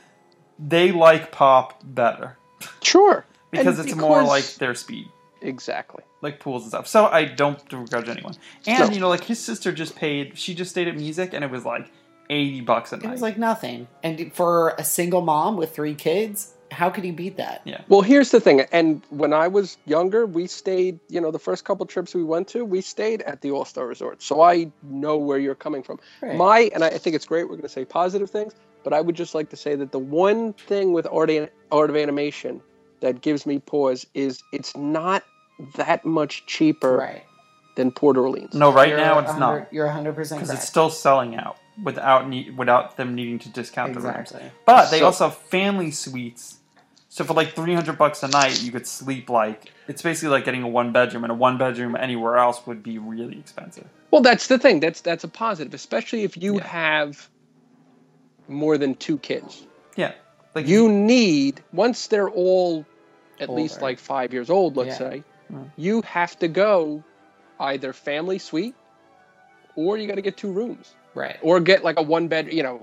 They like pop better
sure
because
And
it's more
because-
like their speed,
exactly
like pools and stuff. So I don't begrudge anyone. And
No.
you know, like his sister just paid. She just stayed at music, and it was like eighty bucks a night.
It was like nothing. And for a single mom with three kids, how could he beat that?
Well, here's the thing. And when I was younger, we stayed, you know, the first couple trips we went to, we stayed at the All Star Resort. So I know where you're coming from.
Right.
My, and I think it's great, we're going to say positive things, but I would just like to say that the one thing with art, an- art of animation that gives me pause is it's not that much cheaper
right.
than Port Orleans.
no, right
You're
now it's
100
not
You're 100 percent
because
correct.
it's still selling out without ne- without them needing to discount the rooms.
exactly.
But they
So-
also have family suites. So for like three hundred bucks a night, you could sleep like it's basically like getting a one bedroom, and a one bedroom anywhere else would be really expensive.
Well, that's the thing. That's that's a positive, especially if you
Yeah.
have more than two kids.
Yeah, like
you need once they're all at least
Older.
like five years old let's
Yeah.
say
Mm.
you have to go either family suite or you got to get two rooms
Right.
or get like a one bed you know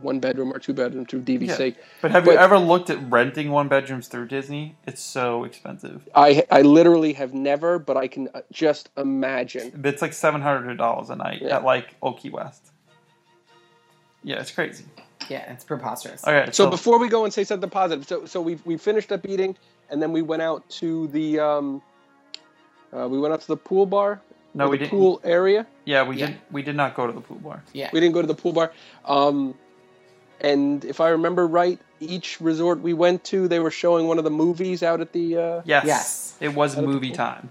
one bedroom or two bedroom through dvc
But have you
but-
ever looked at renting one bedrooms through Disney? It's so expensive.
i i literally have never but i can uh, just imagine
It's like seven hundred dollars a night
Yeah.
at like Old Key West. Yeah, it's crazy.
Yeah, it's preposterous.
Okay,
so
so,
before we go and say something positive so so we we finished up eating and then we went out to the um uh, we went out to the pool bar
no,
or
we
the
didn't.
pool area
Yeah, we
Yeah.
did. We did not go to the pool bar.
Yeah.
We didn't go to the pool bar. Um, and if I remember right, each resort we went to, they were showing one of the movies out at the. Uh,
Yes,
Yes.
it was
That'd be
movie
cool.
time,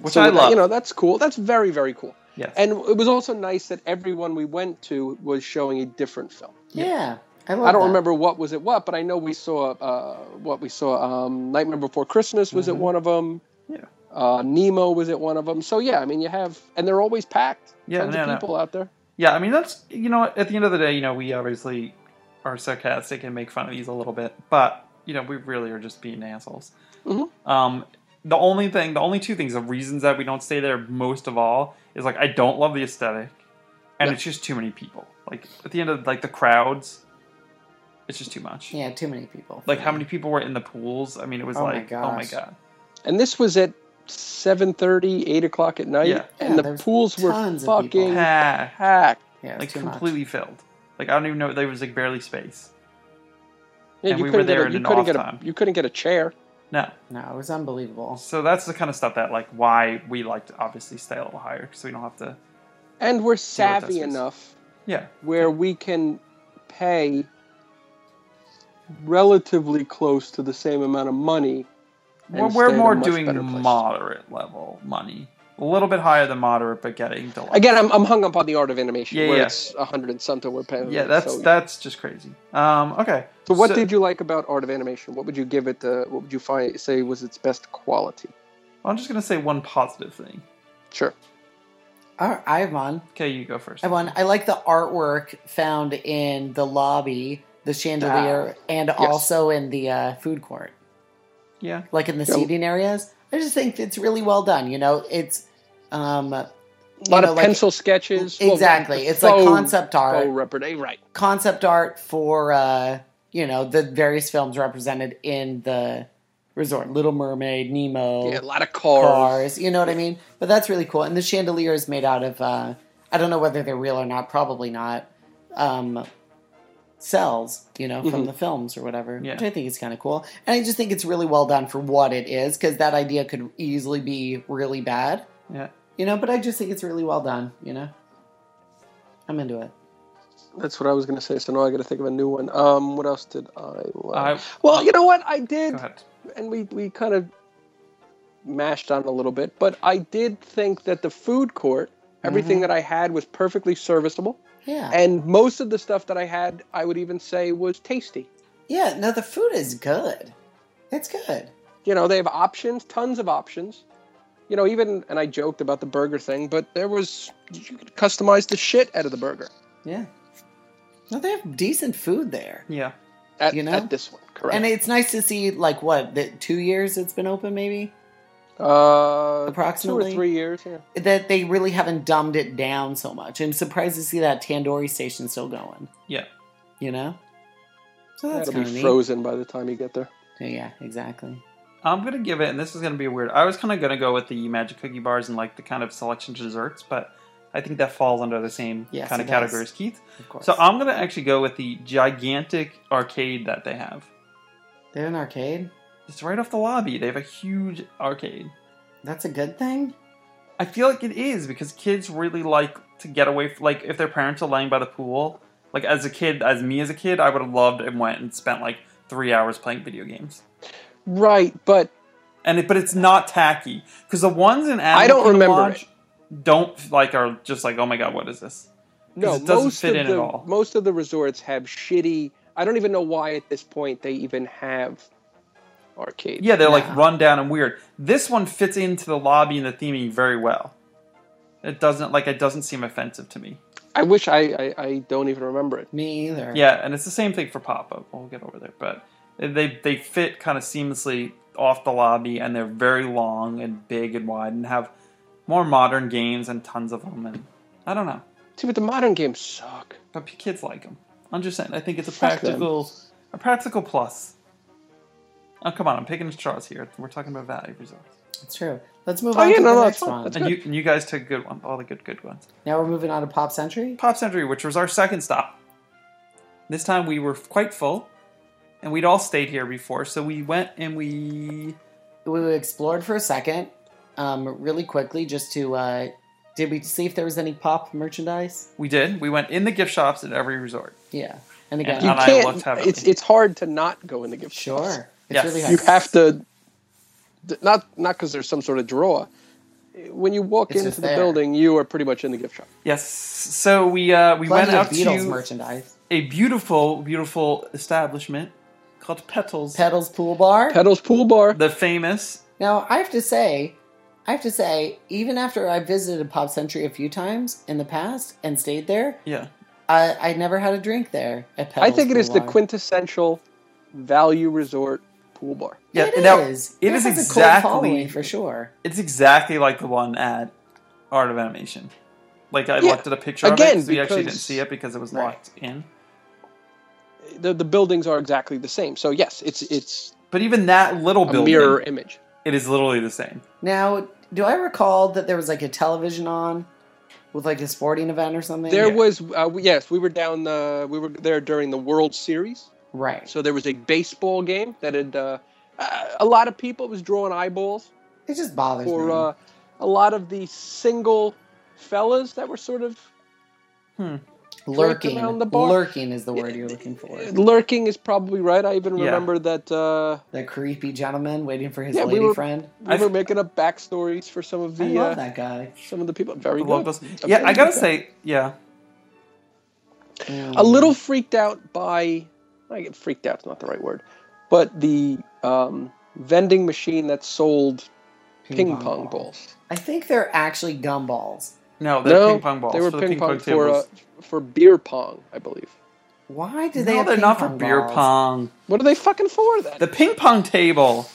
which
so,
I love.
You know, that's cool. That's very, very cool.
yes,
And it was also nice that everyone we went to was showing a different film.
yeah. I, love
I don't
that.
remember what was it what, but I know we saw uh, what we saw. Um, Nightmare Before Christmas was
Mhm.
it one of them.
Yeah.
Uh, Nemo was it one of them. So yeah, I mean you have, and they're always packed.
Yeah,
tons
no,
of
no.
people out there.
Yeah, I mean that's you know at the end of the day, you know we obviously are sarcastic and make fun of these a little bit, but you know we really are just being assholes.
Mhm.
Mm-hmm.
Um, the only thing, the only two things, the reasons that we don't stay there most of all is like I don't love the aesthetic, and
Yeah.
it's just too many people. Like at the end of like the crowds, it's just too much.
Yeah, too many people.
Like how many people were in the pools? I mean, it was
Oh my
like oh my
gosh.
god.
and this was at 7.30 8 o'clock at night
Yeah.
and
Yeah,
the
there's
pools were
tons of people.
fucking
Ah,
packed
Yeah, it was
like
too much.
completely filled. Like I don't even know. There was like barely space.
yeah,
And
you
we were
couldn't get
there
a-
at
you
an
couldn't
off
get a-
time.
you couldn't get a chair
No.
No, it was unbelievable.
So that's the kind of stuff that, like, why we like to obviously stay a little higher because we don't have to.
and we're
what
savvy
this is.
enough
Yeah.
where we can pay relatively close to the same amount of money and
We're, we're
stay at a
more
much
doing
better place.
moderate level money, a little bit higher than moderate, but getting to like.
again I'm, I'm hung up on the art of animation
Yeah,
where
yeah.
it's a 100 and something we're paying
yeah, that's
so,
that's just crazy. Um, okay.
so what did you like about art of animation what would you give it uh, what would you find say was its best quality
I'm just gonna say one positive thing.
sure
All right, I have one.
Okay, you go first.
I have one. I like the artwork found in the lobby, the chandelier, and also in the uh, food court.
Yeah.
Like in the
Yeah.
seating areas. I just think it's really well done. You know, it's um, a
a lot of pencil sketches. Well,
Exactly.
the
it's like
faux-
concept art.
faux repartee, right?
Concept art for uh, you know the various films represented in the resort: Little Mermaid, Nemo,
Yeah, a lot of
cars.
cars.
You know what I mean? But that's really cool. And the chandelier is made out of uh, I don't know whether they're real or not. Probably not. Um, sells, you know, from
Mhm.
the films or whatever,
Yeah.
which I think is kind of cool. And I just think it's really well done for what it is because that idea could easily be really bad.
Yeah.
You know, but I just think it's really well done, you know? I'm into it.
That's what I was going to say. So now I got to think of a new one. Um, what else did I? like?
I,
well, you know what I did,
go ahead.
and we we kind of mashed on it a little bit, but I did think that the food court,
Mm-hmm.
everything that I had was perfectly serviceable,
Yeah.
and most of the stuff that I had, I would even say was tasty.
yeah, no, the food is good. It's good.
You know, they have options, tons of options. You know, even and I joked about the burger thing, but there was you could customize the shit out of the burger
Yeah. No, they have decent food there.
Yeah.
at,
You know?
at this one, correct?
And it's nice to see, like, what, the two years it's been open, maybe?
uh, two
Approximately?
or three years. Yeah.
That they really haven't dumbed it down so much. I'm surprised to see that Tandoori station still going.
Yeah.
You know? So that's
That'll
kind of
be
neat.
frozen by the time you get there.
Yeah, exactly.
I'm gonna give it, and this is gonna be weird. I was kind of gonna go with the magic cookie bars and like the kind of selection desserts, but I think that falls under the same
Yes,
kind
it
of
does.
category as Keith.
Of course.
So
um,
I'm gonna actually go with the gigantic arcade that they have.
They're an arcade?
It's right off the lobby. They have a huge arcade.
That's a good thing?
I feel like it is because kids really like to get away. From, like if their parents are laying by the pool. Like as a kid, as me as a kid, I would have loved and went and spent like three hours playing video games.
Right, but
and it, but it's not tacky because the ones in Animal
I don't
Kingdom
remember
Lodge don't like are just like oh my god what is this
no,
it doesn't
most
fit
of
in at
the,
all.
Most of the resorts have shitty. I don't even know why at this point they even have arcades.
yeah they're like
Yeah.
run down and weird this one fits into the lobby and the theming very well it doesn't like it doesn't seem offensive to me
I wish I, I I don't even remember it.
Me either.
yeah and it's the same thing for Pop Up we'll get over there but they they fit kind of seamlessly off the lobby and they're very long and big and wide and have more modern games and tons of them and I don't know
See, but the modern games suck.
but p- kids like them. I'm just saying. I think it's a
Fuck them.
practical, a practical plus. Oh come on! I'm picking straws here. We're talking about value resorts,
It's true. Let's move
Oh,
on
yeah,
to
no,
the
no,
next
it's fine.
one.
That's
and you and you guys took good ones, all the good good ones.
Now we're moving on to Pop Century.
Pop Century, which was our second stop. This time we were quite full, and we'd all stayed here before, so we went and we
We explored for a second, um, really quickly, just to uh, did we see if there was any pop merchandise?
we did. We went in the gift shops at every resort.
Yeah, and
And
again,
You
I
can't.
looked heavily.
It's it's hard to not go in the gift. shop.
sure, it's
Yes.
really hard.
You have to. th- Not not because there's some sort of draw. When you walk
It's just
into the
there.
building, you are pretty much in the gift shop.
Yes, so we uh, we
Plenty
went
of
out
Beatles
to
merchandise.
a beautiful, beautiful establishment called Petals.
Petals Pool Bar.
Pedals Pool Bar.
the famous
now I have to say, I have to say, even after I visited Pop Century a few times in the past and stayed there,
yeah
I, I never had a drink there at Petals.
I think it
Pool
is the
Bar.
quintessential value resort pool bar.
Yeah,
It is.
and now it is
has a cult
exactly-
following for sure.
it's exactly like the one at Art of Animation. Like I
Yeah,
looked at a picture of it
again,
'cause we actually didn't
because-
see it because it was
Right.
locked in.
The, the buildings are exactly the same. So yes, it's it's
But even that little
a
building,
mirror image.
it is literally the same.
Now, do I recall that there was like a television on with like a sporting event or something?
There
Yeah.
was uh, we- yes, we were down the we were there during the World Series.
right.
So there was a baseball game that had uh, uh, a lot of people it was drawing eyeballs
It just bothers
for
me.
uh, a lot of the single fellas that were sort of
lurking.
jerking around the bar.
Lurking is the word you're looking for.
lurking is probably right. I even
Yeah.
remember that uh,
The creepy gentleman waiting for his
Yeah, we
lady
were-
friend.
we
I've-
were making up backstories for some of
I
the
love
uh,
that guy.
some of the people. Very
The
good.
locals.
A
Yeah,
very
I gotta
good
say, yeah,
Mm,
a little freaked out by I get freaked out's not the right word, but the um, vending machine that sold ping, pong,
balls.
balls.
I think they're actually gumballs.
no, they're
No,
ping pong balls.
They were
for the
ping, pong, for uh,
tables.
for beer pong, I believe.
Why do
no,
they? have
they're
ping
not for
pong
beer
balls?
pong.
What are they fucking for then?
The ping pong table.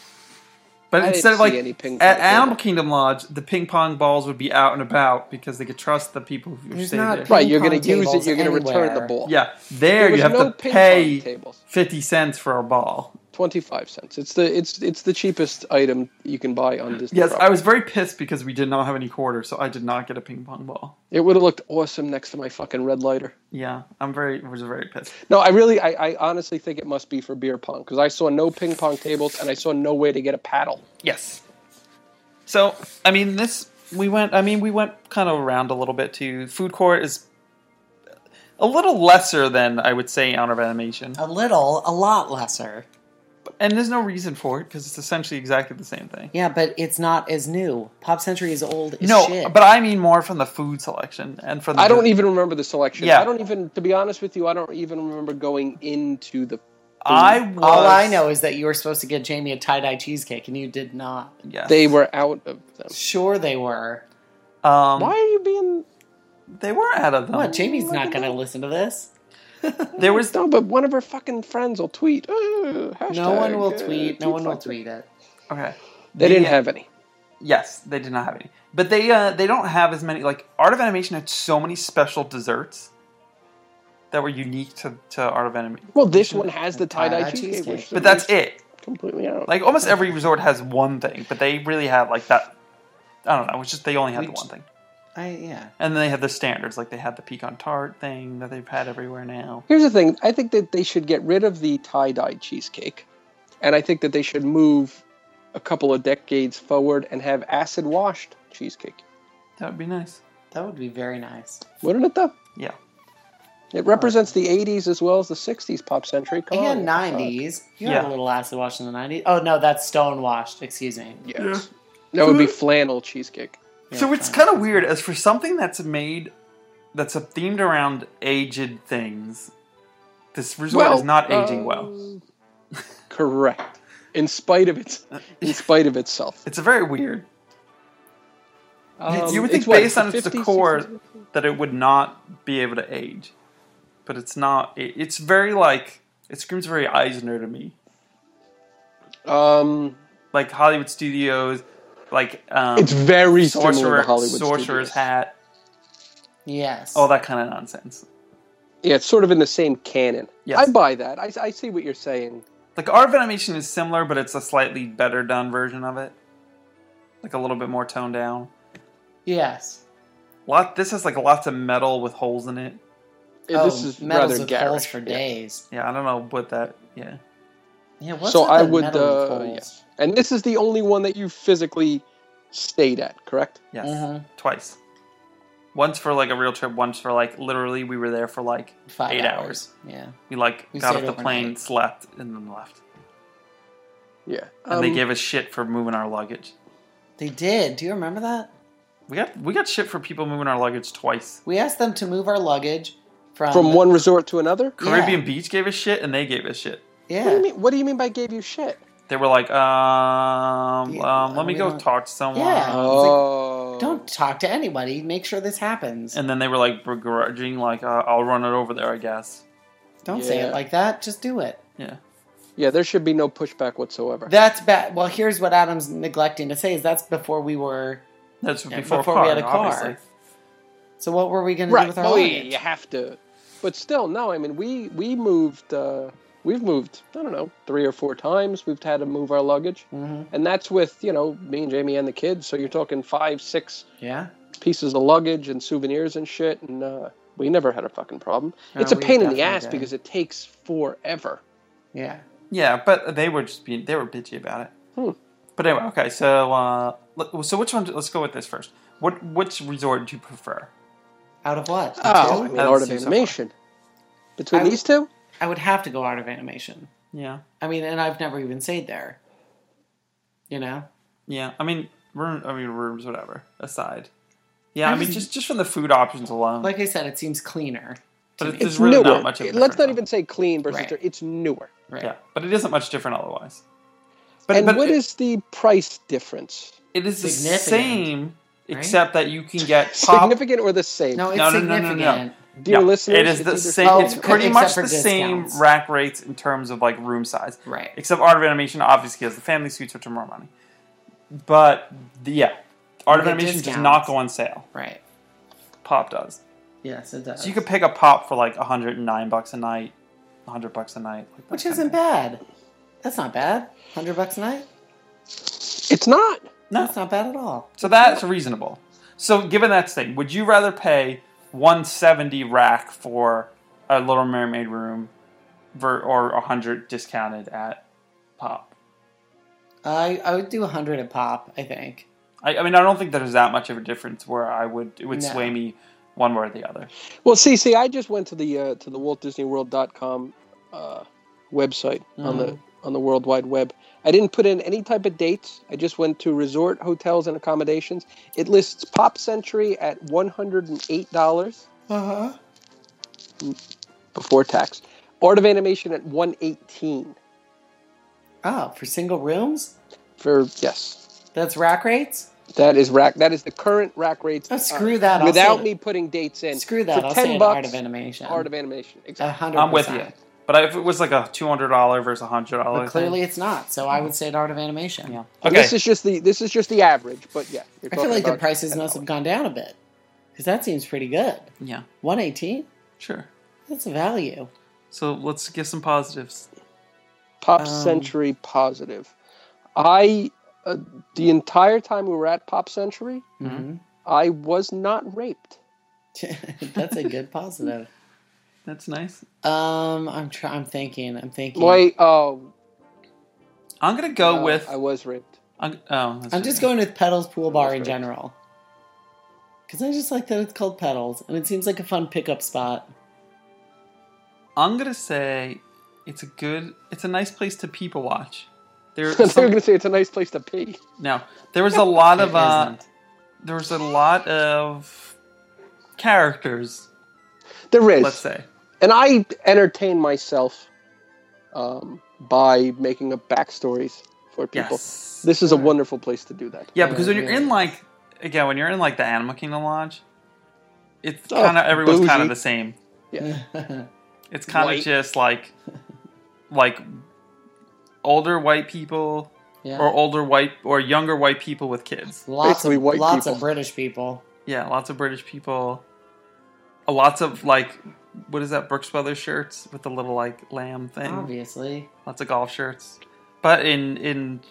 But
I
instead
didn't
of like
see any ping pong
at
table.
Animal Kingdom Lodge, the ping pong balls would be out and about because they could trust the people who
There's
stayed
not
there.
ping
right, you're
pong
going to use
tables
it. You're going to return the
anywhere.
ball.
Yeah,
there
there
was
you have
no
to
ping
pay
pong tables.
fifty cents for a ball.
25 cents. It's the it's it's the cheapest item you can buy on Disney.
Yes,
property.
I was very pissed because we did not have any quarters, so I did not get a ping pong ball.
it would have looked awesome next to my fucking red lighter.
Yeah, I'm very was very pissed.
No, I really I, I honestly think it must be for beer pong because I saw no ping pong tables and I saw no way to get a paddle.
Yes. So I mean, this we went. I mean, we went kind of around a little bit too. Food court is a little lesser than I would say Honor of Animation,
Oh.
A little, a lot lesser.
and there's no reason for it because it's essentially exactly the same thing.
Yeah, but it's not as new. Pop Century is old as
No,
shit.
but I mean more from the food selection and from. The
I don't even remember the selection.
Mm-hmm. Yeah.
I don't even to be honest with you, I don't even remember going into the
I was,
all I know is that you were supposed to get Jamie a tie dye cheesecake, and you did not.
Yes.
they were out of them.
Sure, they were.
Um,
Why are you being
They were out of them.
Oh,
What? Jamie's not going to listen to this.
There was
no? But one of her fucking friends will tweet. "Ooh,
No
hashtag,
one will
uh,
tweet. No one will
fucking."
tweet it.
okay.
They didn't
The-
have any.
Yes, they did not have any. But they uh, they don't have as many. Like Art of Animation had so many special desserts that were unique to, to Art of Animation.
Well, this one has the tie
Tie-dye
dye cheesecake,
cheesecake.
which
But that's it.
completely out.
Like almost every resort has one thing, but they really had like that. I don't know. It's just they only had
We
the
j-
one thing,
I yeah.
and then they had the standards. Like they had the pecan tart thing that they've had everywhere now.
Here's the thing. I think that they should get rid of the tie-dye cheesecake, and I think that they should move a couple of decades forward and have acid-washed cheesecake.
That would be nice.
That would be very nice.
Wouldn't it though?
Yeah.
It represents the '80s as well as the '60s pop century. Come on,
and
what the fuck?
nineties. You had
Oh, Yeah.
a little acid wash in the nineties. Oh no, that's stone washed. Excuse me.
Yes. That would be flannel cheesecake.
so it's kind of weird as for something that's made that's uh themed around aged things. This resort is not aging
uh,
well.
Correct. In spite of its, in spite of itself.
It's a very weird
Um,
you would think
it's what,
based on its
50s,
decor
60s?
that it would not be able to age, but it's not. It, it's very like it screams very Eisner to me,
Um,
like Hollywood Studios, like um,
it's very similar
sorcerer,
to Hollywood
sorcerer's
Studios.
hat,
Yes.
all that kind of nonsense.
Yeah, it's sort of in the same canon.
Yes.
I buy that. I, I see what you're saying.
Like Art of Animation is similar, but it's a slightly better done version of it, like a little bit more toned down.
Yes.
Lot this has like lots of metal with holes in it.
Yeah,
oh,
this is
metals
rather
with
garish.
holes for
yeah.
days.
Yeah, I don't know what that. Yeah,
Yeah. What's
So
with
I
the
would,
metal with
uh,
holes?
yes. And this is the only one that you physically stayed at, correct?
yes.
Mhm.
twice. Once for like a real trip, once for like literally we were there for like
Five
Eight
Yeah.
we like
We
got off
stayed
the plane,
overnight.
slept, and then left.
Yeah. Um,
And
Um,
they gave us shit for moving our luggage.
They did. Do you remember that?
We got we got shit for people moving our luggage twice.
We asked them to move our luggage from
from one resort to another.
Yeah.
Caribbean Beach gave us shit, and they gave us shit.
What do
Yeah.
you mean? What do you mean by gave you shit?
They were like, um,
Yeah,
um let me
we
go
don't-
talk to someone.
Yeah.
Oh,
Don't talk to anybody. Make sure this happens.
And then they were like begrudging, like uh, I'll run it over there, I guess.
Don't say
Yeah.
it like that. Just do it.
Yeah.
Yeah, there should be no pushback whatsoever.
That's bad. Well, here's what Adam's neglecting to say is that's before we were.
That's
Yeah,
before,
before we had a car.
obviously.
So what were we going to do
right.
with our
Well, yeah,
luggage?
you have to. But still, no. I mean, we we moved. Uh, we've moved. I don't know, three or four times. We've had to move our luggage,
Mhm.
and that's with you know me and Jamie and the kids. So you're talking five, six
Yeah.
pieces of luggage and souvenirs and shit, and uh, we never had a fucking problem.
No,
it's a
we
pain in the
definitely
ass
did.
because it takes forever.
Yeah.
Yeah, but they were just being they were bitchy about it.
Hmm.
But anyway, okay. So uh, look- so which one? Let's go with this first. What which resort do you prefer?
Out of what?
Oh, I
Two?
mean,
That's
art of
too so
animation. Between
I-
these two,
I would have to go Art of Animation.
Yeah,
I mean, and I've never even stayed there. You know?
yeah. I mean, room. I mean, rooms. Whatever. Aside. Yeah, I mean, just just from the food options alone.
Like I said, it seems cleaner.
but it,
me.
there's really
newer.
not much. Of a
Let's
difference,
not
though.
even say clean versus
Right.
dirt. It's newer.
Right.
Yeah, but it isn't much different otherwise. But
and
but
what
it-
is the price difference?
it is the
Significant,
same,
right?
except that you can get pop.
Significant or the same?
No, it's
No, no, no, no, no.
significant.
Dear
No,
listeners,
it is the
either-
same.
Oh,
it's pretty
except
much
for
the same
discounts.
rack rates in terms of like room size.
Right.
Except Art of Animation obviously has the family suites, which are more money. But the- yeah, Art of
get
Animation does
discounts.
not go on sale.
Right.
Pop does.
Yes, it does.
So you could pick a pop for like 109 bucks a night, 100 bucks a night, like that
Which
kind of
isn't
thing.
bad. That's not bad. Hundred bucks a night.
It's not.
No.
That's not bad at all.
So that's reasonable. So given that thing, would you rather pay 170 rack for a Little Mermaid room ver- or 100 discounted at Pop?
I I would do a hundred a pop. I think.
I, I mean, I don't think there's that much of a difference where I would it would
No.
sway me one way or the other.
Well, see, see, I just went to the uh, to the Walt Disney World.com uh, website on the on the World Wide Web. I didn't put in any type of dates. I just went to resort hotels and accommodations. It lists Pop Century at one hundred and eight dollars
Uh
Uh-huh.
huh.
before tax. Art of Animation at one eighteen
Oh, for single rooms.
for yes.
That's rack rates.
That is rack. That is the current rack rates.
Oh,
uh,
screw that. I'll
without
say-
me putting dates in.
Screw that.
For
I'll
10
say an
bucks,
art of animation.
Art of Animation.
A
Exactly.
hundred.
I'm with you.
percent.
But if it was like a $200 versus $100,
But
thing-
clearly, it's not. So I would say an art of animation.
yeah.
And
Okay.
This is just the this is just the average, but yeah. you're
I feel
talking
like the
about
prices
$10.
must have gone down a bit because that seems pretty good.
yeah.
One eighteen.
Sure.
That's a value.
So let's get some positives.
Pop
Um,
Century positive. I uh, the entire time we were at Pop Century, Mm-hmm.
Mhm.
I was not raped.
Mm-hmm. That's a good positive.
That's nice.
Um, I'm try- I'm thinking. I'm thinking.
Wait, oh,
I'm gonna go
no,
with.
I was raped.
I'm, oh, that's
I'm
right.
just going with Pedals Pool Bar in
Perfect.
general. Because I just like that it's called Pedals, and it seems like a fun pickup spot.
I'm gonna say it's a good, it's a nice place to people watch. There,
they were
some,
gonna say it's a nice place to pee.
no, there was a lot
It
of, uh,
isn't.
there was a lot of characters.
There is,
Let's say
and I entertain myself um, by making up backstories for people.
yes.
This is a wonderful place to do that.
yeah, because when you're in like again, when you're in like the Animal Kingdom Lodge, it's
Oh,
kind of everyone's kind of
bougie.
the same.
yeah,
It's kind
White.
of just like, like older white people or older white or younger white people with kids.
lots
basically
of
white
lots
people.
of British people.
Yeah, lots of British people. Uh, Lots of like, what is that? Brooks Brothers shirts with the little like lamb thing.
Obviously,
Lots of golf shirts. But in in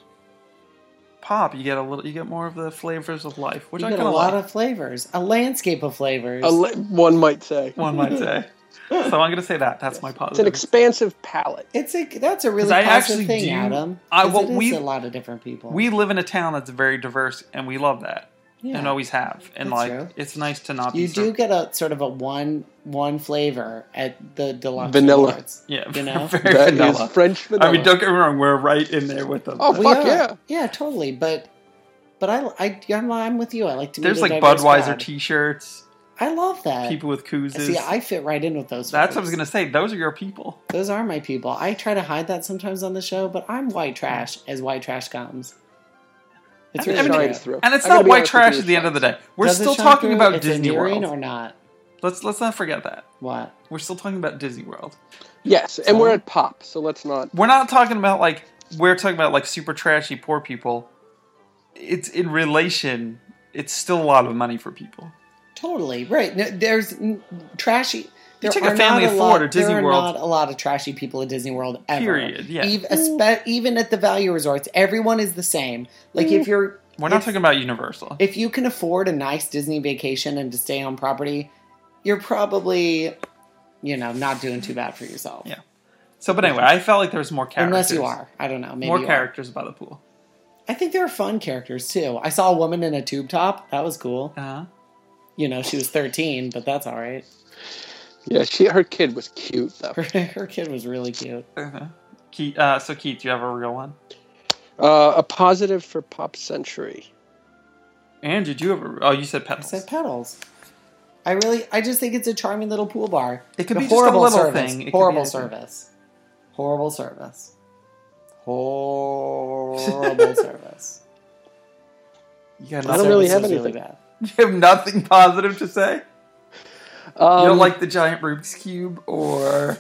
pop, you get a little, you get more of the flavors of life, which
you
I
get
kind
a
of
lot
like.
of flavors, a landscape of flavors.
A li- one might say
One might say. so I'm gonna say that. That's my
it's an
positive.
expansive palette.
it's a that's a really
'Cause I
positive
actually
thing,
do-
Adam.
I-
'cause
well,
it is
we-
a lot of different people.
we live in a town that's very diverse, and we love that,
yeah.
and always have. And
That's
like,
true.
it's nice to not
you
be. sort-
do get a sort of a one one flavor at the deluxe
Vanilla.
awards.
yeah,
you know?
very
That
vanilla.
is French vanilla.
I mean, don't get me wrong. We're right in there with them.
Oh,
We
fuck
are.
yeah.
yeah, totally. But but I I I'm, I'm with you. I like to. meet
There's
a
like
diverse
Budweiser
crowd.
T-shirts.
I love that.
people with koozes.
See, I fit right in with those.
That's
folks.
what I was gonna say. Those are your people.
Those are my people. I try to hide that sometimes on the show, but I'm white trash as white trash comes. It's
I
really
mean, I mean,
true.
shines through.
And it's
I gotta
not
be
white
honest with
trash
you,
at the end of the day. We're
Does it
still
shine
talking
through?
about
It's
Disney
endearing
World.
or not?
Let's let's not forget that.
What?
We're still talking about Disney World.
Yes, and
So-
we're at pop, so let's not.
We're not talking about like we're talking about like super trashy poor people. It's in relation. It's still a lot of money for people.
Totally right. No, there's n- trashy. There
take a
are
family
not
of
a
four
lot,
to Disney
there are
World.
not a lot of trashy people at Disney World ever.
Period, yeah.
Even, espe- even at the value resorts, everyone is the same. Like
Mm.
if you're
We're not
if-
talking about Universal.
if you can afford a nice Disney vacation and to stay on property, you're probably, you know, not doing too bad for yourself.
Yeah, So, but anyway, I felt like there was more characters.
Unless you are. I don't know. Maybe
more
you are.
characters by the pool.
I think there are fun characters too. I saw a woman in a tube top. That was cool.
Uh-huh.
You know, she was 13, but that's all right.
Yeah, she, her kid was cute though.
Her, her kid was really cute.
Uh-huh. Keith, uh, so Keith, do you have a real one?
Uh, a positive for Pop Century.
And did you have a? Oh, you said
I
petals.
said pedals. I really, I just think it's a charming little pool bar.
It could
A
be just a little
service.
thing. It could be
Horrible
anything.
service. Horrible service. Horrible service.
You got
I don't really
Service
have
was
anything.
bad.
You have nothing positive to say?
Um,
you don't like the giant Rubik's Cube or.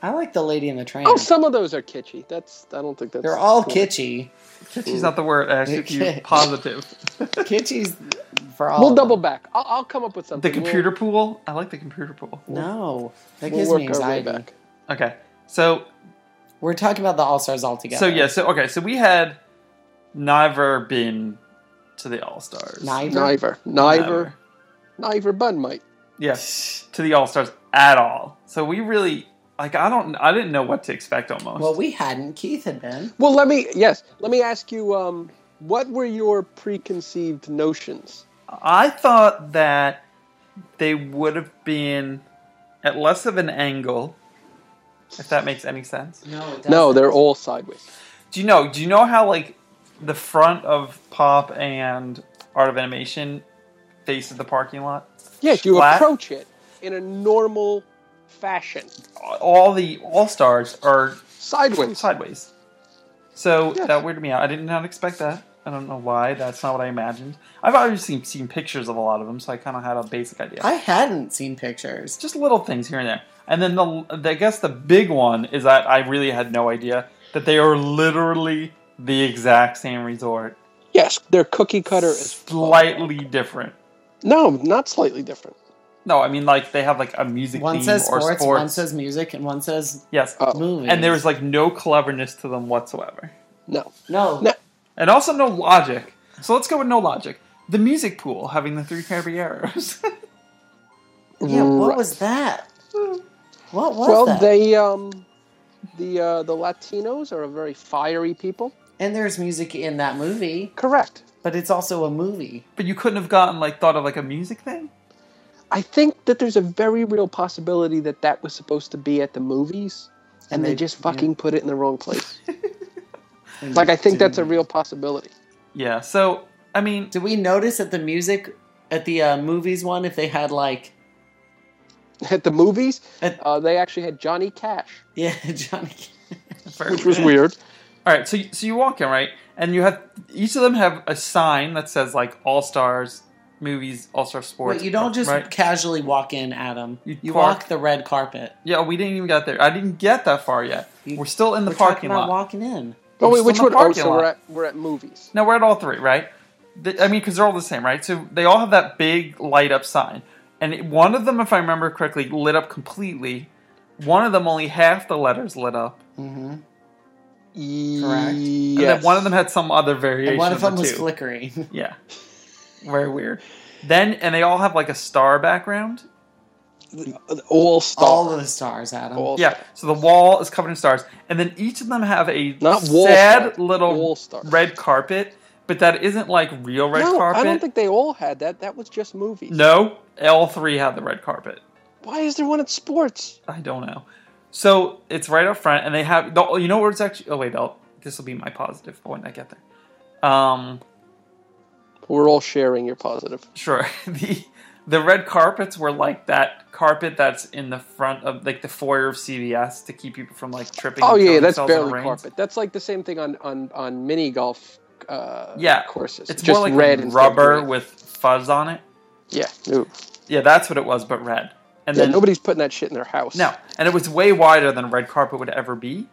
I like the lady in the train.
Oh, some of those are kitschy. That's I don't think that's.
They're all
cool.
kitschy.
Kitschy's not the word, Ash. If you
Okay.
positive.
Kitschy's for all.
We'll
of them.
double back. I'll, I'll come up with something.
The computer pool? I like the computer pool.
No, that
We'll,
gives
we'll
me
work our way
anxiety.
back.
Okay. So
We're talking about the All Stars all together.
So yeah, so okay, so we had neither been to the All Stars.
Neither.
Niver. Niver. Niver Bun might.
Yeah, to the All Stars at all. So we really like I don't I didn't know what to expect almost.
Well, we hadn't. Keith had been.
Well, let me yes, let me ask you. Um, what were your preconceived notions?
I thought that they would have been at less of an angle, if that makes any sense.
No, it
No, they're all sideways.
Do you know? Do you know how like the front of Pop and Art of Animation faces the parking lot?
Yes, you
Flat.
approach it in a normal fashion,
All the All Stars are
sideways.
sideways. So
Yeah.
that weirded me out. I did not expect that. I don't know why. That's not what I imagined. I've obviously seen, seen pictures of a lot of them, so I kind of had a basic idea.
I hadn't seen pictures.
Just little things here and there. And then the, the- I guess the big one is that I really had no idea that they are literally the exact same resort,
Yes, they're cookie cutter. As,
slightly different.
no, not slightly different.
No, I mean like they have like a music
One
theme
says
or
sports,
sports.
one says music, and one says
yes,
Oh.
movies.
and there was like no cleverness to them whatsoever.
No,
no.
No.
And also no logic. So let's go with no logic. The music pool having the three Caballeros.
Yeah, what
Right.
was that? What was
well,
that?
they um, the uh, the Latinos are a very fiery people.
and there's music in that movie,
Correct.
but it's also a movie.
but you couldn't have gotten like thought of like a music thing?
I think that there's a very real possibility that that was supposed to be at the movies, and,
And
they,
they-
just fucking put it in the wrong place. like I think that's a real possibility.
Yeah. So I mean
Did we notice at the music at the uh, movies one if they had like
At the movies,
At-
uh, they actually had Johnny Cash,
yeah Johnny?
very
which was weird.
Alright, so so you walk in, right? And you have each of them have a sign that says like all stars movies, all star sports.
Wait, you don't just
right?
casually walk in, Adam.
You
You,
park-
walk the red carpet.
Yeah, we didn't even get there. I didn't get that far yet.
You-
we're still in the
We're
parking
talking about
lot.
walking in.
Oh
We're
wait,
still in
which
the
one? Oh,
parking
so
lot.
we're at we're at movies.
No, we're at all three, right? The, I mean, because they're all the same, right? So they all have that big light up sign, and it- one of them, if I remember correctly, lit up completely. One of them only half the letters lit up,
Mm-hmm.
Correct.
and then one of them had some other variation.
And one of them
the
was
two.
flickering.
Yeah, very weird. Then and they all have like a star background.
all star.
All of the stars, Adam.
All-
Yeah, so the wall is covered in stars, and then each of them have a
Not wall
sad
stars,
little
wall stars.
red carpet, but that isn't like real red
no,
carpet.
I don't think they all had that. That was just movies.
No, all three had the red carpet.
Why is there one at sports?
I don't know. So it's right up front, and they have. The, you know where it's actually? Oh wait, I'll, this will be my positive when I get there. Um,
We're all sharing your positive.
sure. the The red carpets were like that carpet that's in the front of like the foyer of CVS to keep people from like tripping.
Oh
and
yeah,
killing
that's
themselves in the
barely
rains.
carpet. That's like the same thing on on on mini golf. Uh,
Yeah,
courses.
It's
just
more like
red and
rubber with fuzz on it.
Yeah, no.
Yeah, that's what it was, but red. And
yeah.
then
Nobody's putting that shit in their house.
no, and it was way wider than red carpet would ever be.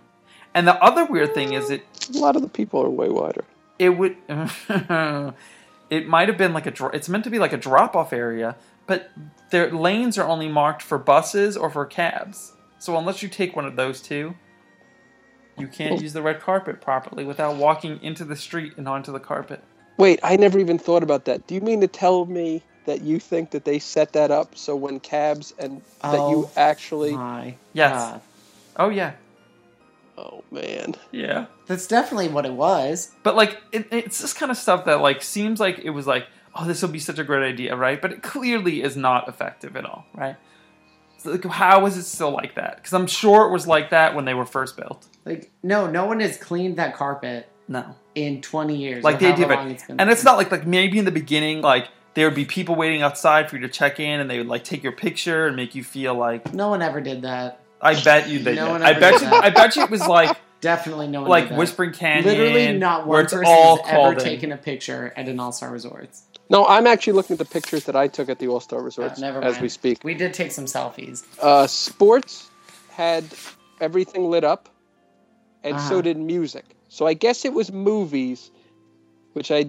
And the other weird thing is it
a lot of the people are way wider.
it would it might have been like a dro- it's meant to be like a drop off area but their lanes are only marked for buses or for cabs so unless you take one of those two you can't use the red carpet properly without walking into the street and onto the carpet
Wait, I never even thought about that. Do you mean to tell me that you think that they set that up so when cabs and that you
Oh.
actually?
My
Yes.
God.
oh yeah
Oh man.
yeah
That's definitely what it was.
but like it, it's this kind of stuff that like seems like it was like oh this will be such a great idea right but it clearly is not effective at all right so like how is it still like that because i'm sure it was like that when they were first built
Like, no, no one has cleaned that carpet
no
in 20 years.
like
or
the idea of
however
it.
long it's been
and it's not like like maybe in the beginning like there would be people waiting outside for you to check in and they would like take your picture and make you feel like
No one ever did that.
i bet you they
No
did.
one
i
ever
bet
did
you
that.
i bet you it was like
Definitely no one
like
did that.
whispering canyon
Literally not
where
one
it's
person
all
has
called
ever
in.
taken a picture at an all-star resort.
No, I'm actually looking at the pictures that I took at the All Star Resorts
Uh, never
as
mind.
we speak.
We did take some selfies.
Uh, sports had everything lit up, and
Uh-huh.
so did music. So I guess it was movies, which I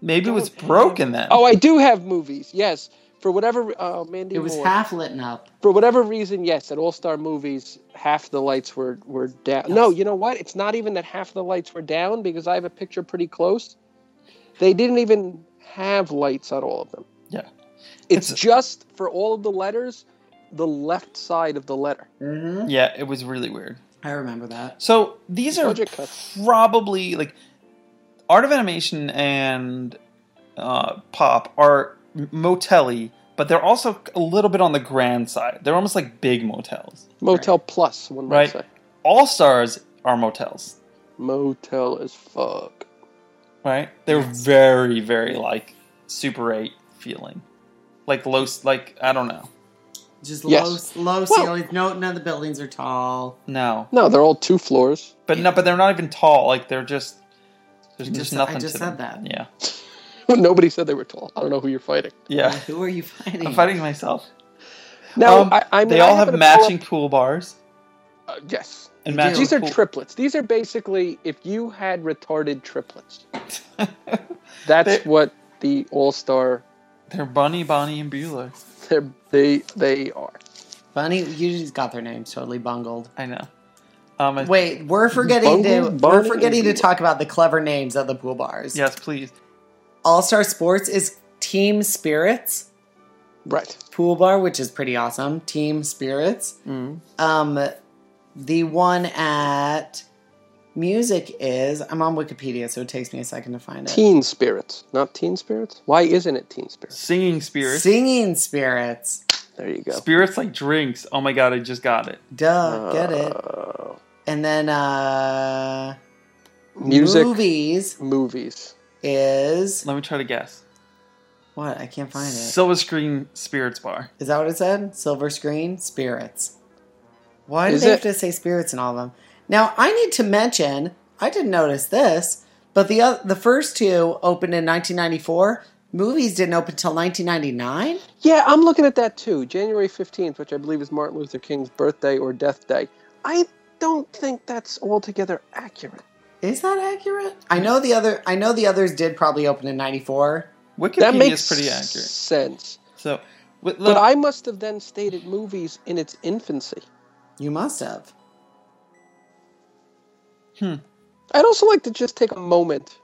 maybe it was broken then
oh I do have movies. Yes, for whatever re- oh Mandy
It was
Moore.
half lit and up.
for whatever reason, yes, at All Star Movies, half the lights were were down. No, you know what? It's not even that half the lights were down because I have a picture pretty close. They didn't even have lights on all of them.
Yeah.
it's,
It's-
just for all of the letters, the left side of the letter.
Mm-hmm.
Yeah, it was really weird.
I remember that.
So these are
Budget cuts.
probably like art of animation and uh, pop are motelly, but they're also a little bit on the grand side. They're almost like big motels.
Motel Plus, one might
Right.
say.
All stars are motels,
Motel is fuck.
right? They're
Yes.
very very like Super Eight feeling, like low s- like I don't know.
Just
Yes.
low, low
Well-
ceilings. No, none of the buildings are tall.
No,
No, they're all two floors.
but no, but they're not even tall. Like they're just there's
I
just,
just- I
nothing.
just
to
said
them.
that.
Yeah,
Nobody said they were tall. I don't know who you're fighting.
yeah.
Who are you fighting?
I'm fighting myself.
Now,
Um,
I, I mean,
they
I
all have
happen to pull
matching pool bars
Up, uh, yes,
and
They do.
matching.
These are
pool-
triplets. These are basically if you had retarded triplets. That's
They-
what the All Star
They're Bunny, Bonnie, and Bueller.
they they are.
Funny, you just got their names totally bungled.
I know. Um, I-
Wait, we're forgetting to
Bungled,
we're
bungled,
forgetting to
bungled.
talk about the clever names of the pool bars.
Yes, please.
All Star Sports is Team Spirits
Right.
pool bar, which is pretty awesome. Team Spirits.
Mm-hmm.
Um, the one at music is I'm on Wikipedia, so it takes me a second to find it.
Teen spirits, not teen spirits. Why isn't it teen spirits?
Singing spirits.
Singing spirits.
There you go.
Spirits like drinks. Oh my god, I just got it.
Duh, get it.
Uh,
And then uh
Music
movies
movies.
is
Let me try to guess.
what? I can't find it.
Silver Screen Spirits Bar.
Is that what it said? Silver screen spirits. Why do
Is
they
it-
have to say spirits in all of them? Now I need to mention I didn't notice this, but the oth- the first two opened in 1994. Movies didn't open until 1999.
Yeah, I'm looking at that too. January 15th, which I believe is Martin Luther King's birthday or death day. I don't think that's altogether accurate.
Is that accurate? I know the other. I know the others did probably open in '94.
Wikipedia
that makes
is pretty accurate.
sense.
So, with,
But I must have then stated movies in its infancy.
You must have.
I'd also like to just take a moment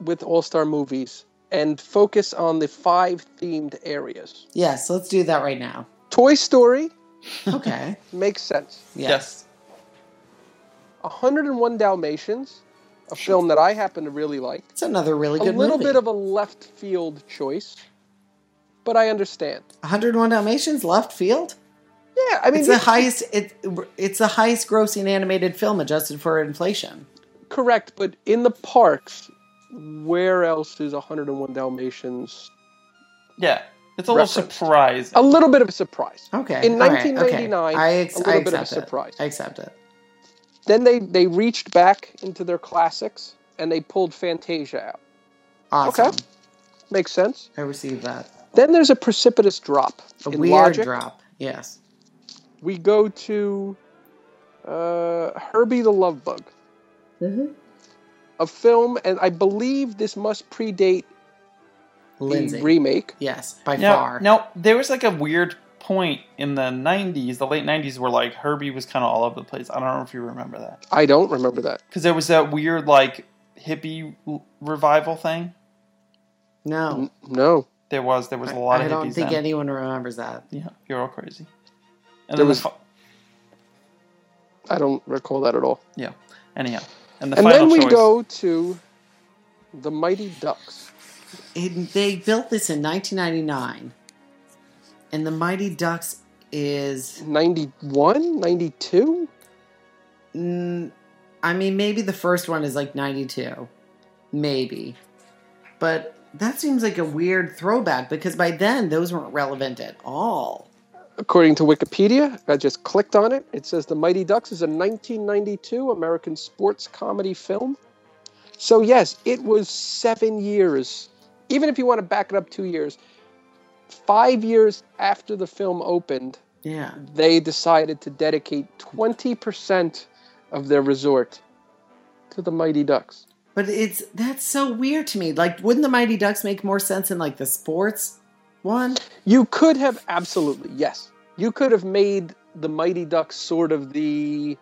with All Star movies and focus on the five themed areas.
Yes, let's do that right now.
Toy Story
Okay.
makes sense.
Yeah.
yes.
101 Dalmatians, a film that I happen to really like.
It's another really
A
good
little
movie.
bit of a left field choice, but I understand.
101 Dalmatians left field.
Yeah, I mean,
it's the
this-
highest. It, it's the highest grossing animated film adjusted for inflation.
correct, but in the parks, where else is 101 Dalmatians?
Yeah. It's a little
Reference. Oh,
surprise.
A little bit of a surprise.
Okay.
In
all right, okay.
1999,
I, ex-
a little
I
bit of a
accept it.
surprise.
I accept it.
Then they they reached back into their classics and they pulled Fantasia out.
Awesome.
Okay. Makes sense.
I received that.
Then there's a precipitous drop.
A
in
weird
logic,
drop. Yes.
We go to uh, Herbie the Love Bug,
Mm-hmm.
a film, and I believe this must predate
Lindsay.
the remake.
yes, by
Now,
far.
now, there was like a weird point in the 90s, the late 90s, where like Herbie was kind of all over the place. I don't know if you remember that.
I don't remember that.
Because there was that weird like hippie l- revival thing.
No.
N- No,
There was. There was a lot
I
of
don't
hippies
think
then.
anyone remembers that.
Yeah, you're all crazy. And
There
then
was-
the fi-
I don't recall that at all.
yeah. Anyhow, and the
and
final
then we
choice.
go to the Mighty Ducks.
It, they built this in 1999, and the Mighty Ducks is.
91, 92?
Mm, I mean, maybe the first one is like 92. Maybe. But that seems like a weird throwback because by then those weren't relevant at all.
According to Wikipedia, I just clicked on it. It says The Mighty Ducks is a 1992 American sports comedy film. So, yes, it was seven years, even if you want to back it up two years, five years after the film opened,
Yeah.
they decided to dedicate 20% of their resort to the Mighty Ducks.
But it's that's so weird to me. Like, wouldn't the Mighty Ducks make more sense in like the sports one?
You could have absolutely yes. You could have made the Mighty Ducks sort of the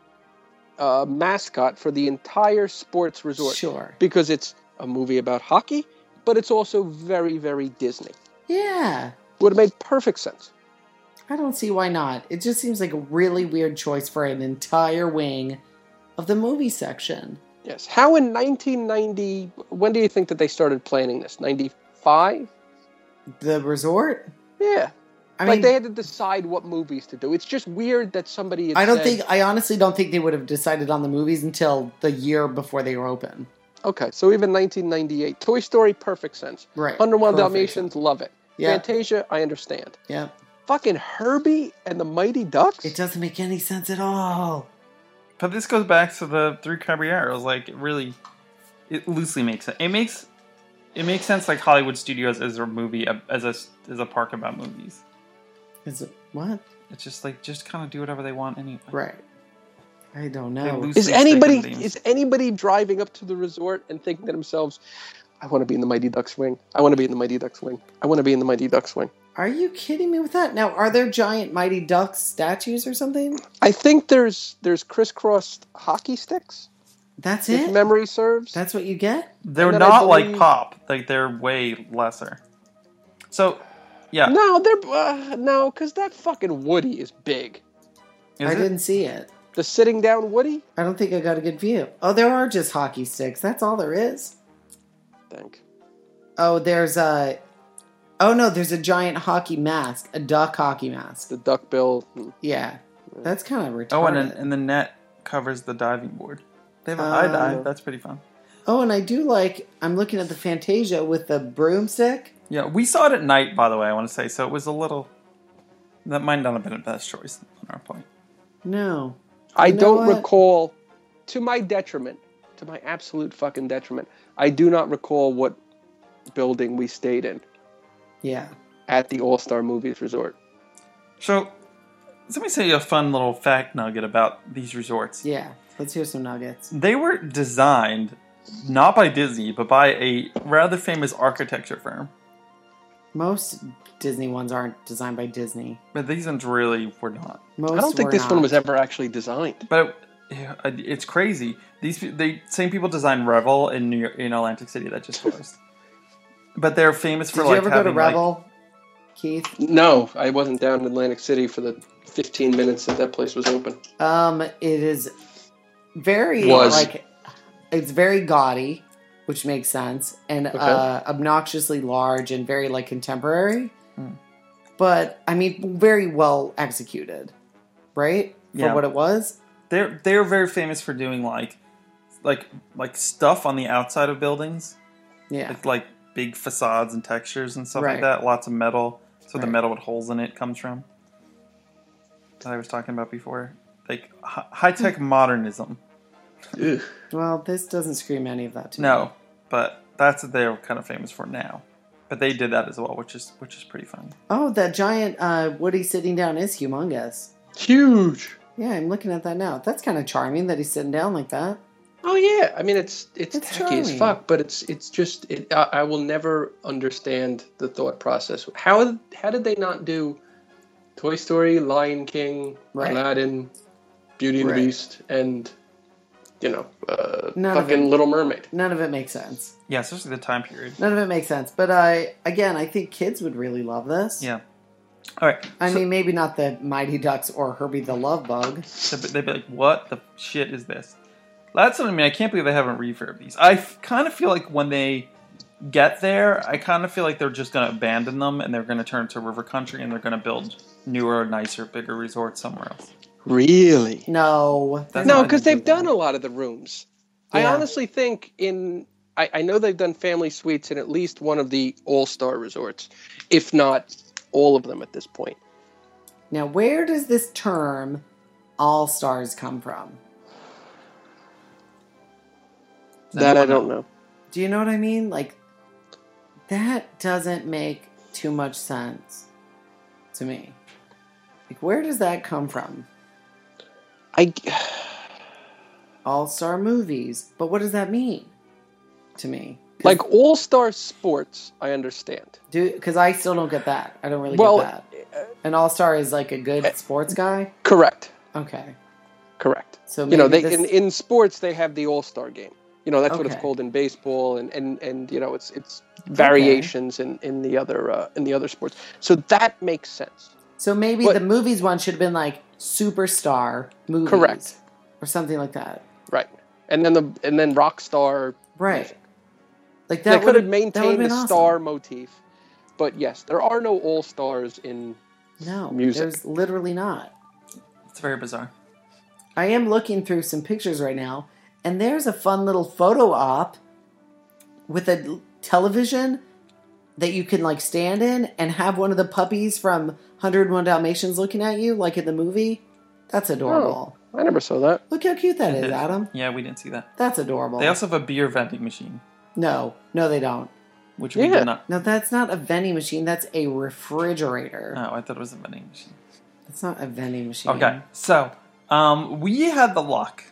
uh, mascot for the entire sports resort
Sure.
because it's a movie about hockey, but it's also very very Disney.
Yeah.
Would have made perfect sense.
I don't see why not. It just seems like a really weird choice for an entire wing of the movie section.
Yes. How in 1990? When do you think that they started planning this? 95?
The resort?
Yeah.
I
like
mean,
they had to decide what movies to do. It's just weird that somebody. Had
I don't
said,
think, I honestly don't think they would have decided on the movies until the year before they were open.
Okay, so even 1998, Toy Story, perfect sense.
Right.
101
Perfect.
Dalmatians, love it.
Yeah.
Fantasia, I understand.
Yeah.
Fucking Herbie and the Mighty Ducks.
It doesn't make any sense at all.
But this goes back to the three Caballeros. Like, it really, it loosely makes sense. It makes it makes sense. Like Hollywood Studios as a movie, as a as a park about movies.
Is it, what?
It's just like just kind of do whatever they want anyway.
Right. I don't
They
know.
lose-
Is
Sweet steak
anybody
and beans.
is anybody driving up to the resort and thinking to themselves, "I want to be in the Mighty Ducks wing. I want to be in the Mighty Ducks wing. I want to be in the Mighty Ducks wing."
Are you kidding me with that? Now, are there giant Mighty Ducks statues or something?
I think there's there's crisscrossed hockey sticks.
That's
If
it?
memory serves.
That's what you get?
They're
And then I
not like
believe-
pop. Like they're way lesser. So, yeah.
no, they're uh, no, because that fucking Woody is big.
Is
I
it?
didn't see it.
The sitting down Woody.
I don't think I got a good view. Oh, there are just hockey sticks. That's all there is.
I think.
Oh, there's a. Oh no, there's a giant hockey mask, a duck hockey mask.
the duck bill. Hmm.
Yeah, that's kind of retarded.
Oh, and, and the net covers the diving board. They have a high
Oh.
dive. That's pretty fun.
oh, and I do like. I'm looking at the Fantasia with the broomstick.
Yeah, we saw it at night, by the way. I want to say so. It was a little. That might not have been the best choice on our point.
No,
I
You know
don't
what?
recall, to my detriment, to my absolute fucking detriment, I do not recall what building we stayed in
yeah,
at the All Star Movies Resort.
So, let me tell you a fun little fact nugget about these resorts.
yeah. Let's hear some nuggets.
They were designed not by Disney, but by a rather famous architecture firm.
Most Disney ones aren't designed by Disney.
But these ones really were not.
Most
I don't think
were
this one
not.
was ever actually designed.
But yeah, it's crazy. These pe- they same people designed Revel in New York, in Atlantic City that just closed. but they're famous
Did
for
you
like
ever go
having
to
like-
Revel, Keith?
No, I wasn't down in Atlantic City for the 15 minutes that that place was open.
Um, it is very
Was.
like it's very gaudy, which makes sense, and uh, obnoxiously large and very like contemporary.
Hmm.
But I mean, very well executed, right?
Yeah.
For what it was,
they're they're very famous for doing like like like stuff on the outside of buildings
yeah,
like, like big facades and textures and stuff
Right.
like that lots of metal so the
Right.
metal with holes in it comes from that i was talking about before like hi- high-tech
Hmm.
modernism
Ugh.
Well, this doesn't scream any of that to me.
no but that's what they're kind of famous for now but they did that as well which is which is pretty fun
Oh, that giant uh, Woody sitting down is humongous.
Huge.
Yeah, I'm looking at that now. That's kind of charming that he's sitting down like that.
Oh yeah, I mean it's it's,
It's
tacky as
charming.
fuck, but it's it's just it, I, I will never understand the thought process. How how did they not do Toy Story, Lion King,
Right.
Aladdin, Beauty and
Right.
the Beast, and you know uh,
None of
fucking
it.
Little Mermaid?
None of it makes sense.
yeah especially the time period
None of it makes sense. But I again, I think kids would really love this.
yeah all right
I
so-
mean, maybe not the Mighty Ducks or Herbie the Love Bug.
So they'd be like, "What the shit is this?" That's what I mean. I can't believe they haven't refurbed these. I kind of feel like when they get there, I kind of feel like they're just going to abandon them and they're going to turn to River Country and they're going to build newer, nicer, bigger resorts somewhere else.
Really?
No,
That's
No,
not
because
gonna
they've
do that.
done a lot of the rooms. I
Yeah.
honestly think in I, I know they've done family suites in at least one of the All Star resorts, if not all of them at this point.
Now, where does this term "All Stars" come from?
Does
that I
anyone
don't know.
Do you know what I mean? Like, that doesn't make too much sense to me. Like, where does that come from?
I
All Star movies, but what does that mean to me?
Like All Star Sports, I understand.
Do because I still don't get that. I don't really
Well, Eh,
get that. An all star is like a good sports guy.
Correct.
Okay,
Correct.
so maybe
you know they
this,
in, in sports they have the all-star game you know that's what it's
Okay.
called in baseball and and and you know it's it's variations in in the other uh, in the other sports so that makes sense
so maybe
what-
the movies one should have been like superstar movies,
Correct.
or something like that.
right and then the and then rock star
Right. Like
they
that
could have
would've- that would've
maintained the
been awesome.
star motif but yes there are no all-stars in
No,
music.
there's literally not.
It's very bizarre.
I am looking through some pictures right now, and there's a fun little photo op with a l- television that you can like stand in and have one of the puppies from 101 Dalmatians looking at you, like in the movie. That's adorable.
Oh.
i never saw that
Look how cute that is,
Yeah.
Adam.
Yeah, we didn't see that.
That's adorable.
They also have a beer vending machine,
no, no, they don't.
which we
Yeah.
did not.
No, that's not a vending machine. That's a refrigerator.
Oh, I thought it was a vending machine.
That's not a vending machine.
Okay, so um, we had the luck,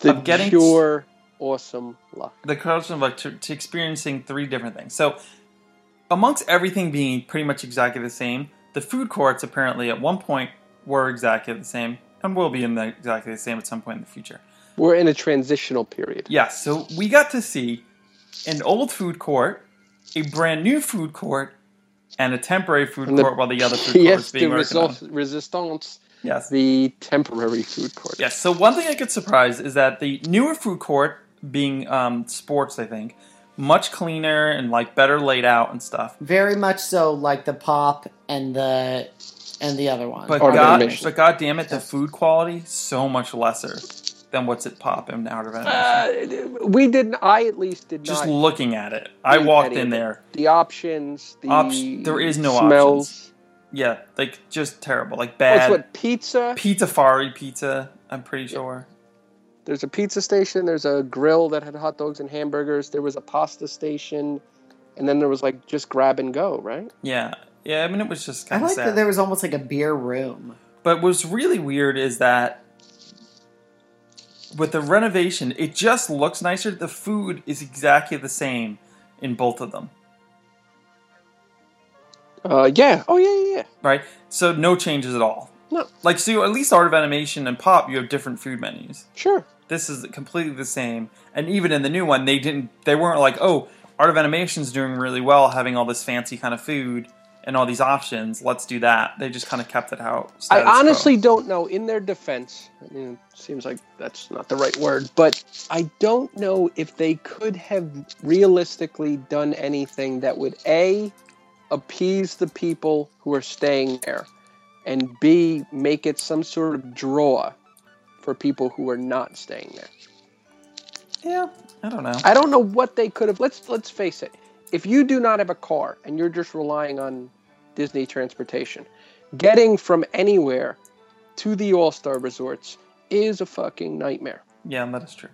the
I'm getting-
pure awesome luck
the corruption of luck, to, to experiencing three different things. So, amongst everything being pretty much exactly the same, the food courts apparently at one point were exactly the same and will be in the, exactly the same at some point in the future.
we're in a transitional period
Yeah, so we got to see an old food court, a brand new food court, and a temporary food
And the
court while the other food court was
yes the
being worked on.
result, resistance
Yes.
the temporary food court
Yes. So one thing I get surprised is that the newer food court, being um, sports, I think, much cleaner and like better laid out and stuff.
Very much so, like the pop and the and the other one.
But
Art of
god,
Animation.
but god damn it, the food quality so much lesser than what's at Pop and Out of Animation.
Uh, we didn't. I at least did
Just
not.
looking at it, I
eat
walked
any
in
of it.
there.
the options. The
Opt- there is no
smells.
Yeah, like just terrible, like
Oh, it's
bad
what pizza.
pizza. Fari pizza. I'm pretty sure.
There's a pizza station. There's a grill that had hot dogs and hamburgers. There was a pasta station, and then there was like just grab and go. Right?
Yeah. Yeah, I mean, it was just
I
kind of
like
sad.
that there was almost like a beer room.
But what's really weird is that with the renovation, it just looks nicer. The food is exactly the same in both of them,
Uh, yeah. Oh yeah, yeah, yeah.
right? So no changes at all.
No.
Like so, at least Art of Animation and Pop, you have different food menus.
Sure.
This is completely the same. And even in the new one, they didn't. They weren't like, oh, Art of Animation's doing really well, having all this fancy kind of food and all these options. Let's do that. They just kind of kept it how.
I
status quo.
honestly don't know. In their defense, I mean, it seems like that's not the right word, but I don't know if they could have realistically done anything that would a appease the people who are staying there, and b make it some sort of draw for people who are not staying there.
yeah, I don't know.
I don't know what they could have. Let's let's face it. If you do not have a car and you're just relying on Disney transportation, getting from anywhere to the All Star resorts is a fucking nightmare.
yeah, that is true.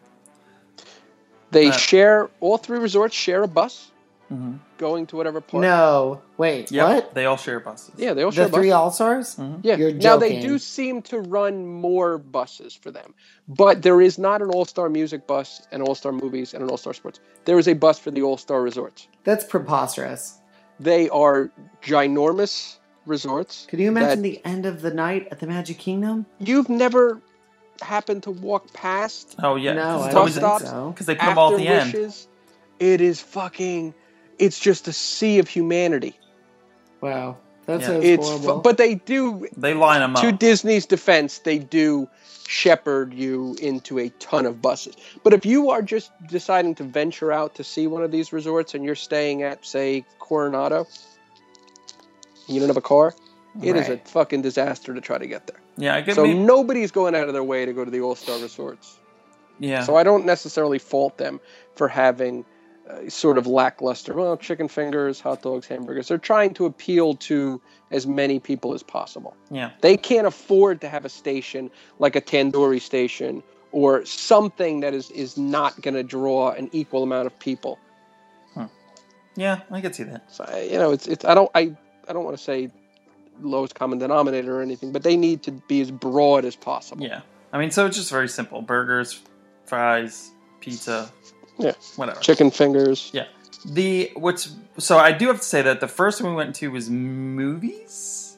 They
Uh,
share all three resorts share a bus
hmm
going to whatever park.
No, wait,
Yep,
what?
They all share buses.
Yeah, they all share
The
a bus.
three all stars?
Mhm.
Yeah.
You're
now they
joking.
do seem to run more buses for them, but there is not an All Star Music bus, an All Star Movies, and an All Star Sports. There is a bus for the All Star Resorts.
That's preposterous.
They are ginormous resorts.
Could you imagine
that-
the end of the night at the Magic Kingdom?
You've never happened to walk past
Oh yeah.
no, I
it's
don't
always
think
stops
so.
Because they put them all
after
at the end.
wishes. It is fucking. It's just a sea of humanity.
Wow, that
Yeah.
sounds
It's
horrible.
fu- but they do.
They line them up.
To Disney's defense, they do shepherd you into a ton of buses. But if you are just deciding to venture out to see one of these resorts and you're staying at, say, Coronado, and you don't have a car, it is a
Right.
fucking disaster to try to get there.
yeah, I get
So
me-
nobody's going out of their way to go to the All Star resorts.
yeah.
So I don't necessarily fault them for having uh, sort of lackluster, well, chicken fingers, hot dogs, hamburgers. They're trying to appeal to as many people as possible.
yeah.
They can't afford to have a station like a tandoori station or something that is, is not going to draw an equal amount of people.
Yeah, I could see that.
So I- you know, it's it's I don't I I don't want to say lowest common denominator or anything, but they need to be as broad as possible.
Yeah. I mean, so it's just very simple: burgers, fries, pizza,
Yeah.
Whatever.
Chicken fingers.
Yeah. The what's so I do have to say that the first one we went to was movies,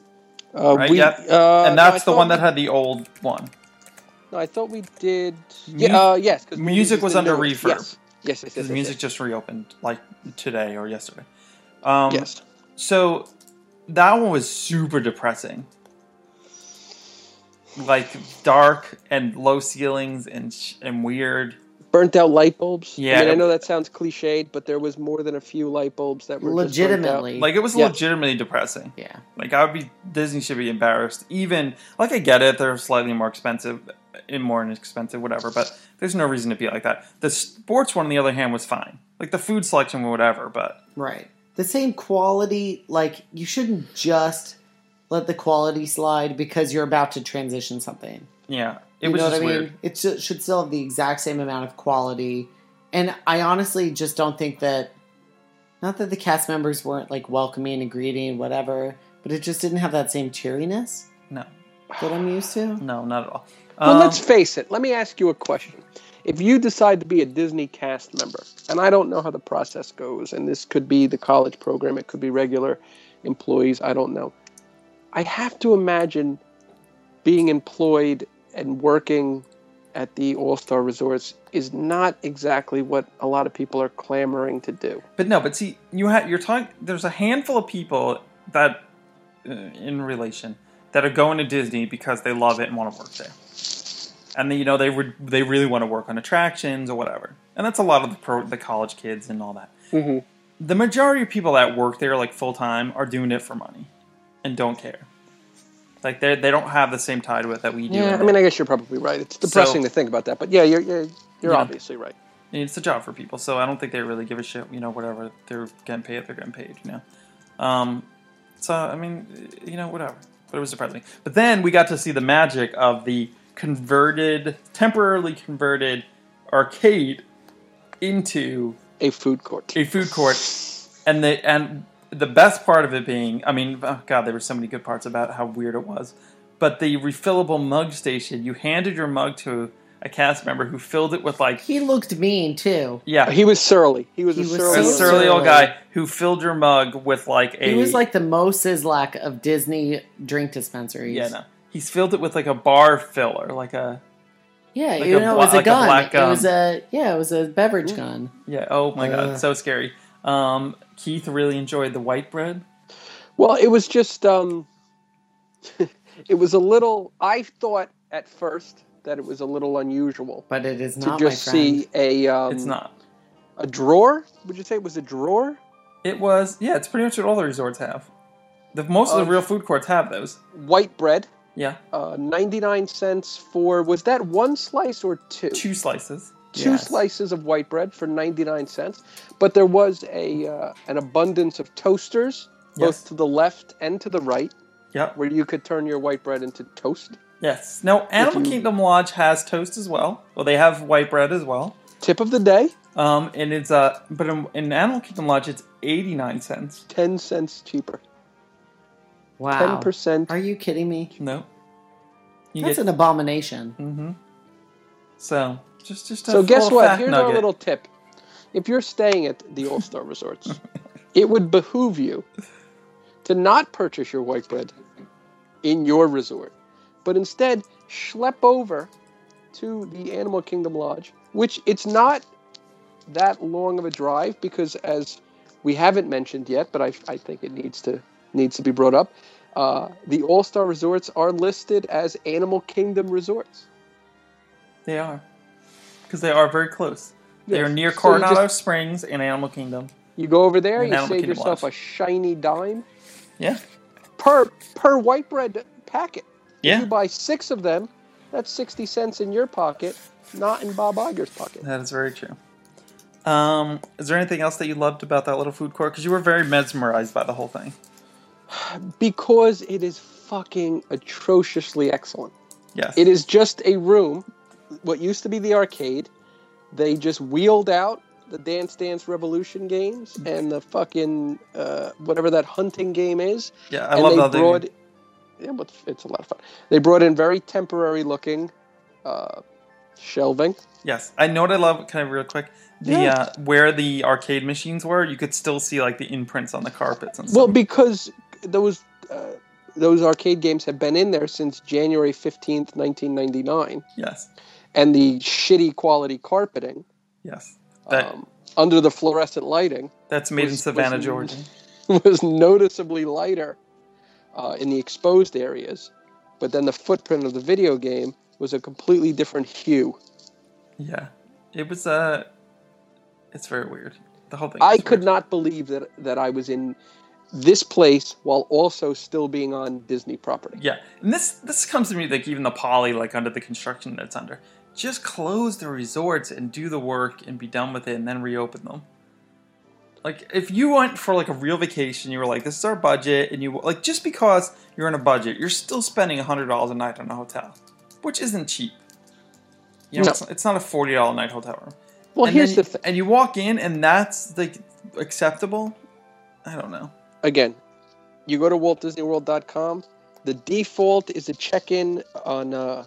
Uh,
Right,
we,
yeah.
uh,
and
no, I
that's the
thought-
one that had the old one.
No, I thought we did.
Mu-
yeah, uh, yes. 'cause
music
we used
was
the
under
new-
reverb.
Yes, yes, yes. yes,
Because
yes,
music just reopened like today or yesterday. Um,
yes. yes.
So that one was super depressing. Like dark and low ceilings and sh- and weird.
Burnt out light bulbs.
Yeah.
I mean, I know that sounds cliched, but there was more than a few light bulbs that were just burnt out.
legitimately.
Like it was
Yeah.
legitimately depressing.
yeah.
Like I would be Disney should be embarrassed. Even like I get it, they're slightly more expensive and more inexpensive, whatever. But there's no reason to be like that. The sports one, on the other hand, was fine. Like the food selection, or whatever. But
Right. The same quality, like, you shouldn't just let the quality slide because you're about to transition something.
yeah, it
You
was
know
just
what I
weird.
mean? It sh- should still have the exact same amount of quality. And I honestly just don't think that, not that the cast members weren't, like, welcoming and greeting and whatever, but it just didn't have that same cheeriness
No,
that I'm used to.
no, not at all.
Well,
Um,
let's face it. Let me ask you a question. If you decide to be a Disney cast member, and I don't know how the process goes, and this could be the college program, it could be regular employees, I don't know. I have to imagine being employed and working at the All Star Resorts is not exactly what a lot of people are clamoring to do.
But no, but see, you ha- you're talking. There's a handful of people that, uh, in relation, that are going to Disney because they love it and want to work there, and then, you know they would they really want to work on attractions or whatever, and that's a lot of the pro- the college kids and all that.
Mm-hmm.
The majority of people that work there like full time are doing it for money, and don't care. Like they they don't have the same tide with that we do.
Yeah,
and
I mean, I guess you're probably right. It's depressing
So-
to think about that, but yeah, you're you're, you're
Yeah.
obviously right.
it's a job for people, so I don't think they really give a shit. You know, whatever they're getting paid, they're getting paid. You know, um, so I mean, you know, whatever. But it was depressing. But then we got to see the magic of the converted, temporarily converted arcade into
A food court.
a food court, and the and the best part of it being, I mean, oh god, there were so many good parts about how weird it was, but the refillable mug station. You handed your mug to a cast member who filled it with like.
He looked mean, too.
Yeah,
He was surly. He was
He
a
was
surly.
a
So
surly old
surly.
guy who filled your mug with like a.
He was like the Mo Sizlak of Disney drink dispensaries.
yeah, no. He's filled it with like a bar filler, like a
Yeah,
Like
you
a
know,
bla-
it was a
like a
gun.
black gun.
It was a yeah, it was a beverage gun.
yeah. Oh my god,
Ugh.
so scary. Um, Keith really enjoyed the white bread.
Well, it was just um it was a little I thought at first that it was a little unusual
But it is
to
not
just
my friend.
see a um
it's not.
a drawer. Would you say it was a drawer?
It was yeah. It's pretty much what all the resorts have. The most of
Um,
the real food courts have those.
White bread,
Yeah,
uh 99 cents for was that one slice or two?
two slices.
Two
Yes.
slices of white bread for 99 cents. But there was a uh, an abundance of toasters
Yes.
both to the left and to the right
Yep.
where you could turn your white bread into toast.
Yes. No. Animal
you-
Kingdom Lodge has toast as well. Well, they have white bread as well.
Tip of the day,
Um, and it's uh, but in, in Animal Kingdom Lodge, it's eighty nine cents.
10 cents cheaper.
Wow.
10%
Are you kidding me?
No. You
That's
get-
an abomination.
Mm-hmm. So just just a
So guess
little
what?
fact
Here's our
nugget.
little tip. If you're staying at the All Star Resorts, it would behoove you to not purchase your white bread in your resort, but instead schlep over to the Animal Kingdom Lodge, which it's not that long of a drive because as we haven't mentioned yet, but I, I think it needs to needs to be brought up. Uh, the All Star Resorts are listed as Animal Kingdom Resorts.
They are because they are very close. They
Yes.
are near
So you
Coronado
just-
Springs and Animal Kingdom.
You go over there,
And
you
Animal
save
Kingdom
yourself
Lodge.
a shiny dime
Yeah,
per per white bread packet. If
yeah,
you buy six of them, that's sixty cents in your pocket, not in Bob Iger's pocket.
that is very true. Um, is there anything else that you loved about that little food court? Because you were very mesmerized by the whole thing.
Because it is fucking atrociously excellent.
Yes,
It is just a room, what used to be the arcade. They just wheeled out the Dance Dance Revolution games and the fucking uh, whatever that hunting game is.
Yeah, I
and
love
they
that. they-
brought, yeah, but it's a lot of fun. They brought in very temporary looking uh, shelving.
Yes, I know what I love. Kind of real quick, the
Yeah.
uh, where the arcade machines were, you could still see like the imprints on the carpets and stuff.
Well, because those uh, those arcade games have been in there since January fifteenth, nineteen ninety nine,
yes,
and the shitty quality carpeting
yes, that
um, under the fluorescent lighting
that's made in
was-
Savannah,
was-
Georgia.
was noticeably lighter uh, in the exposed areas, but then the footprint of the video game was a completely different hue.
Yeah, it was Uh, it's very weird. The whole thing.
I
is
could
weird.
not believe that that I was in this place while also still being on Disney property.
Yeah, and this this comes to me like even the poly like under the construction that's under. Just close the resorts and do the work and be done with it, and then reopen them. Like if you went for like a real vacation, you were like, "This is our budget," and you like just because you're in a budget, you're still spending hundred dollars a night on a hotel, which isn't cheap. You know,
No.
it's, it's not a forty dollar night hotel room.
Well,
and
here's
then-
the thing.
and you walk in, and that's like acceptable. I don't know.
again, you go to WaltDisneyWorld.com. The default is a check-in on uh,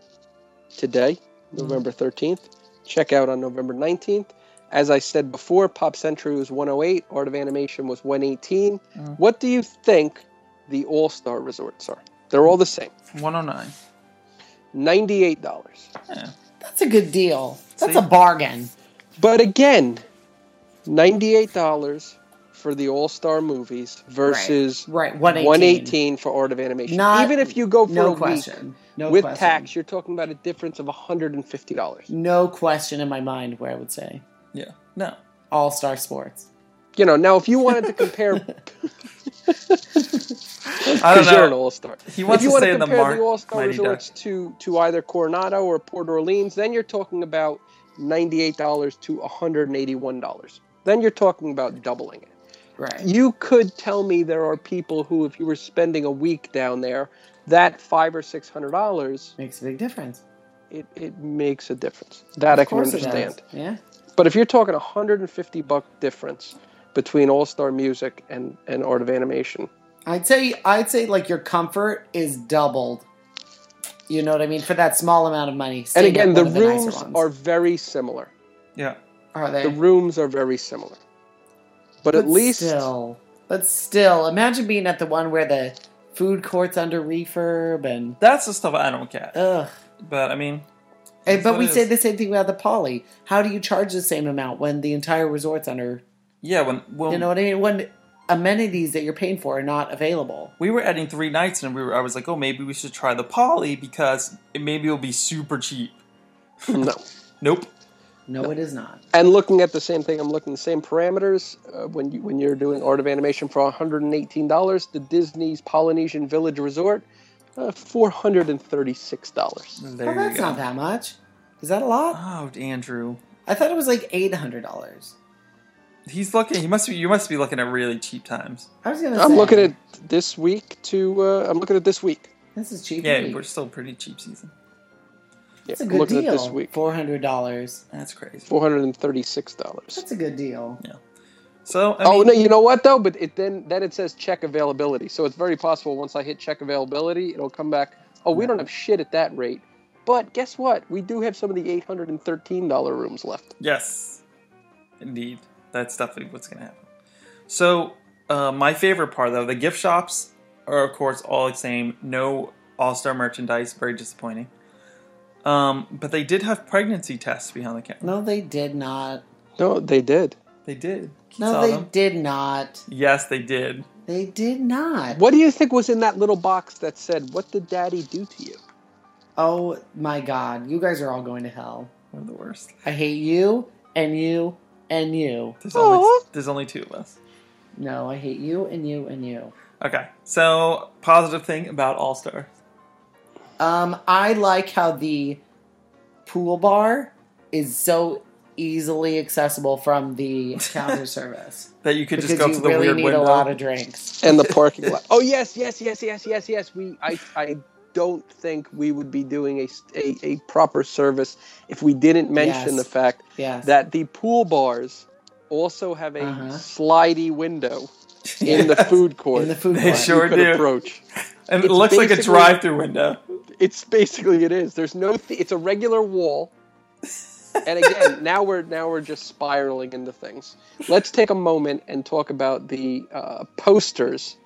today, November 13th. Check out on November 19th. As I said before, Pop Century was 108. Art of Animation was 118.
Mm.
What do you think the All Star resorts are? They're all the same.
One hundred nine. Eh,
Ninety-eight dollars.
Yeah.
That's a good deal. That's
See?
a bargain.
But again, ninety-eight dollars for the All Star movies versus
Right, 118.
one eighteen for Art of Animation.
Not-
Even if you go for
No
a week,
question. No
with
question.
tax, you're talking about a difference of $150.
No question in my mind where I would say
Yeah. No.
All Star Sports.
You know, now if you wanted to compare,
I don't
because you're an
know.
all star.
He
If
wants
you
to
want
stay
to
in the
compare
mark.
the all star
Mighty Duck.
resorts to, to either Coronado or Port Orleans, then you're talking about $98 to $181. Then you're talking about doubling it.
Right.
You could tell me there are people who, if you were spending a week down there, that five or six hundred dollars,
Makes a big difference.
it, it makes a difference. That I
Of
can
course it does.
understand.
Yeah.
But if you're talking a 150 buck difference between All Star Music and, and Art of Animation,
I'd say I'd say like your comfort is doubled. You know what I mean for that small amount of money.
and
staying
again,
at
the
one of nicer
rooms
ones.
are very similar.
Yeah.
are they?
The rooms are very similar. But, at least,
still, but still, imagine being at the one where the food court's under refurb and
That's the stuff I don't get.
ugh.
But I mean,
And,
what
but we
it
say
is.
the same thing about the poly. How do you charge the same amount when the entire resort's under?
yeah, when when
You know what I mean? When amenities that you're paying for are not available.
we were adding three nights, and we were, I was like, oh, maybe we should try the poly because it maybe it'll be super cheap.
no.
Nope.
No, it is not.
And looking at the same thing, I'm looking the same parameters uh, when you when you're doing Art of Animation for 118 dollars. The Disney's Polynesian Village Resort, uh, 436 dollars.
There
Well,
you
that's
go.
not that much. Is that a lot?
Oh, Andrew,
I thought it was like eight hundred dollars.
he's looking. He must be. You must be looking at really cheap times.
I was gonna.
I'm
say,
looking at this week to uh, I'm looking at this week.
this is cheap.
Yeah,
meat.
we're still pretty cheap season.
Yeah,
That's a
I'm
good
looking
deal.
at this week.
Four hundred dollars.
That's crazy.
Four hundred and thirty-six dollars.
That's a good deal.
So I
oh
mean,
no, you know what though? But it then then it says check availability, so it's very possible once I hit check availability, it'll come back. Oh, we don't have shit at that rate. But guess what? We do have some of the eight hundred and thirteen dollar rooms left.
Yes, indeed. That's definitely what's going to happen. So, uh, my favorite part though, the gift shops are of course all the same. No All Star merchandise. Very disappointing. Um, but they did have pregnancy tests behind the counter.
No, they did not.
No, they did.
They did. You
No,
saw
they
them?
did not.
Yes, they did.
They did not.
What do you think was in that little box that said, "What did Daddy do to you?"
Oh my god, you guys are all going to hell.
We're the worst.
I hate you and you and you.
There's only
Aw.
there's only two of us.
No, I hate you and you and you.
Okay. So positive thing about All Star.
Um, I like how the pool bar is so easily accessible from the counter service
That you could
because
just go up
you
to the
really
weird
need a
window.
lot of drinks.
And the parking lot. Oh yes, yes, yes, yes, yes, yes. We I I don't think we would be doing a a, a proper service if we didn't mention
Yes.
the fact
Yes,
that the pool bars also have a
Uh-huh.
slidey window in the food court.
in the food
They
court.
sure-
you could
do.
approach.
and it
It's
looks like a
basically-
drive-through window.
It's basically it is. There's no. Th- it's a regular wall and again, now we're now we're just spiraling into things. Let's take a moment and talk about the uh, posters.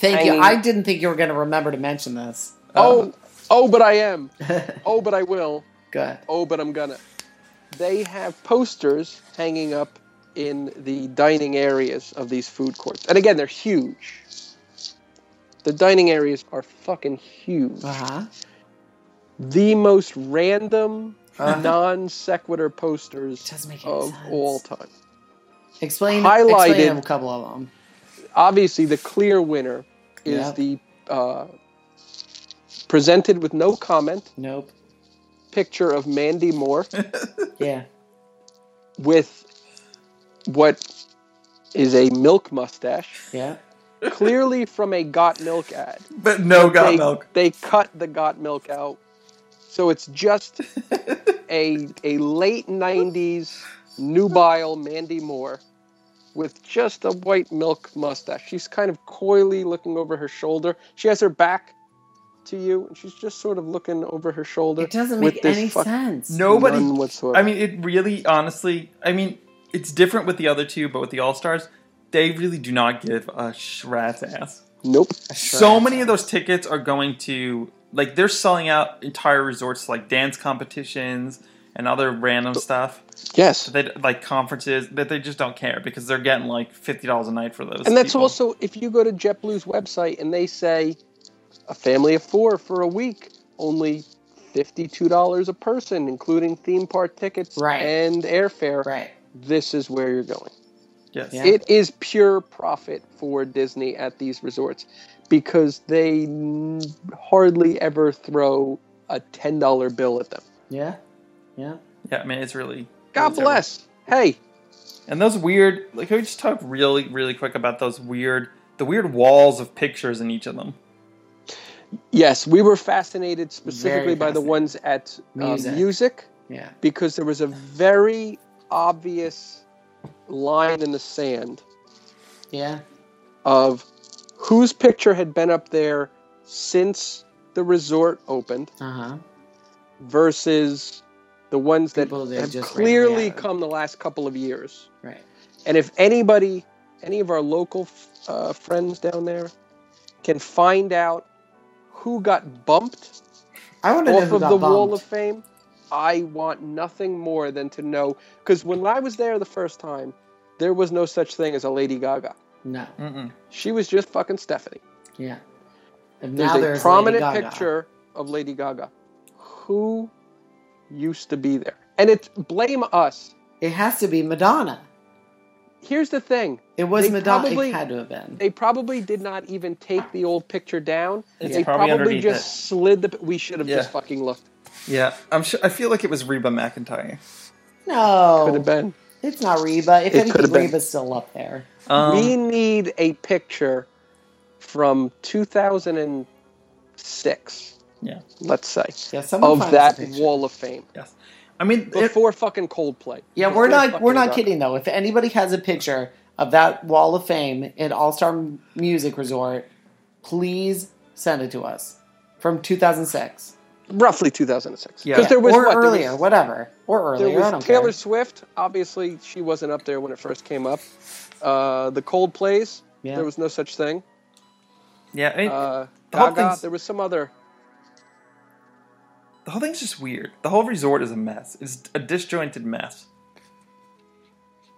Thank
I-
you. I didn't think you were going to remember to mention this.
Oh, oh, but I am.
Good.
Oh, but I will. Oh, but I'm gonna. They have posters hanging up in the dining areas of these food courts, and again, they're huge. The dining areas are fucking huge.
Uh huh.
The most random,
Uh-huh.
non sequitur posters
Doesn't make any
Oh,
of
sense.
all time.
Explain, explain
Highlighted-
a couple of them.
obviously the clear winner is
Yeah.
the uh, presented with no comment
Nope.
picture of Mandy Moore
Yeah.
with what is a milk mustache,
Yeah.
clearly from a Got Milk ad.
But no got
they,
milk.
They cut the Got Milk out, so it's just a a late '90s nubile Mandy Moore with just a white milk mustache. She's kind of coyly looking over her shoulder. She has her back to you, and she's just sort of looking over her shoulder.
It doesn't
with
make
this
any
fuck-
sense.
Nobody.
None whatsoever.
I mean, it really, honestly. I mean, it's different with the other two, but with the All Stars, they really do not give a sh- rat's ass.
nope.
So many of those tickets are going to like they're selling out entire resorts like dance competitions and other random stuff.
Yes.
They like conferences that they just don't care because they're getting like fifty dollars a night for those.
And that's
people.
also if you go to JetBlue's website and they say a family of four for a week, only fifty-two dollars a person, including theme park tickets
Right.
and airfare.
Right.
This is where you're going.
yes.
Yeah.
It is pure profit for Disney at these resorts because they n- hardly ever throw a ten dollar bill at them.
Yeah. Yeah.
Yeah, I mean it's really
God
it's everything.
bless. Hey,
And those weird, like, can we just talk really, really quick about those weird, the weird walls of pictures in each of them?
yes, we were fascinated specifically by the
fascinated.
ones at uh,
Music.
music
Yeah.
because there was a very obvious line in the sand
Yeah.
of whose picture had been up there since the resort opened
Uh huh.
versus the ones that
People that
have
just randomly
clearly
added.
come the last couple of years.
Right.
And if anybody, any of our local uh, friends down there, can find out who got bumped
I want to know
off
who
of the
got
wall of
bumped.
fame i want nothing more than to know because when i was there the first time there was no such thing as a lady gaga
No.
Mm-mm.
she was just fucking stephanie
Yeah. And
there's
now
a
there's Lady
prominent
Gaga.
picture of lady gaga who used to be there and it's blame us
It has to be Madonna.
here's the thing
It was
They
Madonna.
probably-
it had to have been.
they probably did not even take the old picture down
It's
they
probably
probably,
underneath
just slid the we should have
Yeah.
just fucking looked
Yeah, I'm sure. I feel like it was Reba McIntyre.
could have
no.
been
It's not Reba. If
It could
anything,
have been.
Reba's still up there.
Um,
we need a picture from 2006.
Yeah.
Let's say
Yeah. Someone
of
find us
that
a picture.
wall of fame
I mean, it-
before fucking Coldplay.
Yeah,
Before
we're not
fucking
we're not
rock.
kidding though. If anybody has a picture of that Wall of Fame in All Star Music Resort, please send it to us from 2006
Roughly 2006.
Yeah.
Because there was
or
what,
earlier,
There was,
whatever, or
there
earlier. I
was
don't
Taylor
care.
Swift. Obviously, she wasn't up there when it first came up. Uh, the Coldplays.
Yeah.
There was no such thing.
yeah, I mean,
Uh,
the whole
Gaga.
thing's-
There was some other.
the whole thing's just weird. The whole resort is a mess. It's a disjointed mess.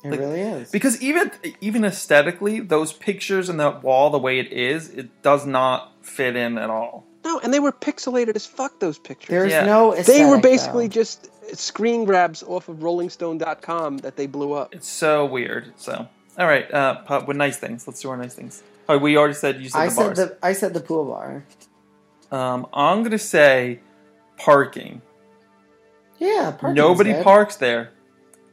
It
like-
really is.
Because even even aesthetically, those pictures and that wall, the way it is, it does not fit in at all.
No, and they were pixelated as fuck. Those pictures.
There's
yeah.
no.
they were
aesthetic,
basically
though.
just screen grabs off of rollingstone.com that they blew up
It's so weird. So, all right, uh, pop with nice things. Let's do our nice things. All right, we already said you said
I
the
said
bars.
the I said the pool bar.
Um, I'm gonna say parking.
Yeah, parking's
Nobody
good.
parks there.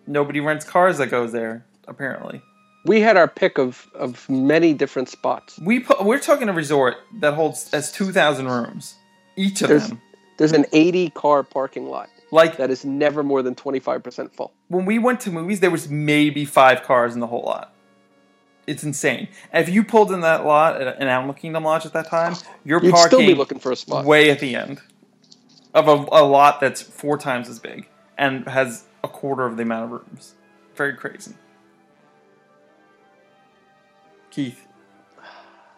Nobody rents cars that goes there. Apparently,
we had our pick of of many different spots
we pu- we're talking a resort that holds as two thousand rooms, each of
There's-
them.
there's an 80 car parking lot
Like
that is never more than 25% full
when we went to movies, there was maybe five cars in the whole lot. It's insane. If you pulled in that lot at an Animal Kingdom lodge at that time, you're
you'd
parking
still be looking for a spot
way at the end of a, a lot that's four times as big. and has a quarter of the amount of rooms. Very crazy. Keith,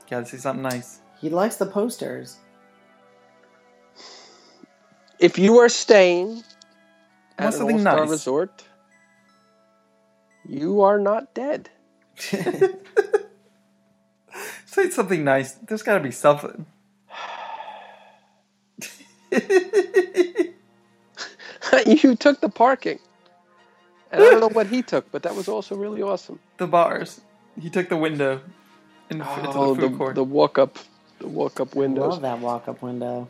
gotta see something nice.
He likes the posters.
If you are staying at
What's
an
something
all-star
nice?
resort, you are not dead.
Say something nice. There's gotta be something.
you took the parking. And I don't know what he took, but that was also really awesome.
the bars. He took the window in, into the
Oh,
food
the,
court.
the walk up, the walk up
Love
windows.
that walk up window.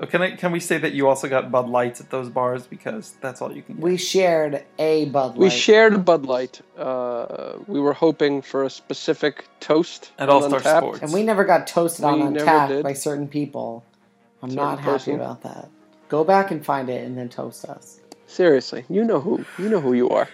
Oh, can I? Can we say that you also got Bud Lights at those bars because that's all you can get?
We shared a Bud Light.
We shared a Bud Light. Uh, we were hoping for a specific toast
At
on
All Star
Untappd.
Sports.
And we never got toasted on
We
on
never
tap
did.
by certain people. I'm
Certain
not happy
person.
about that. Go back and find it and then toast us.
Seriously, you know who you know who you are.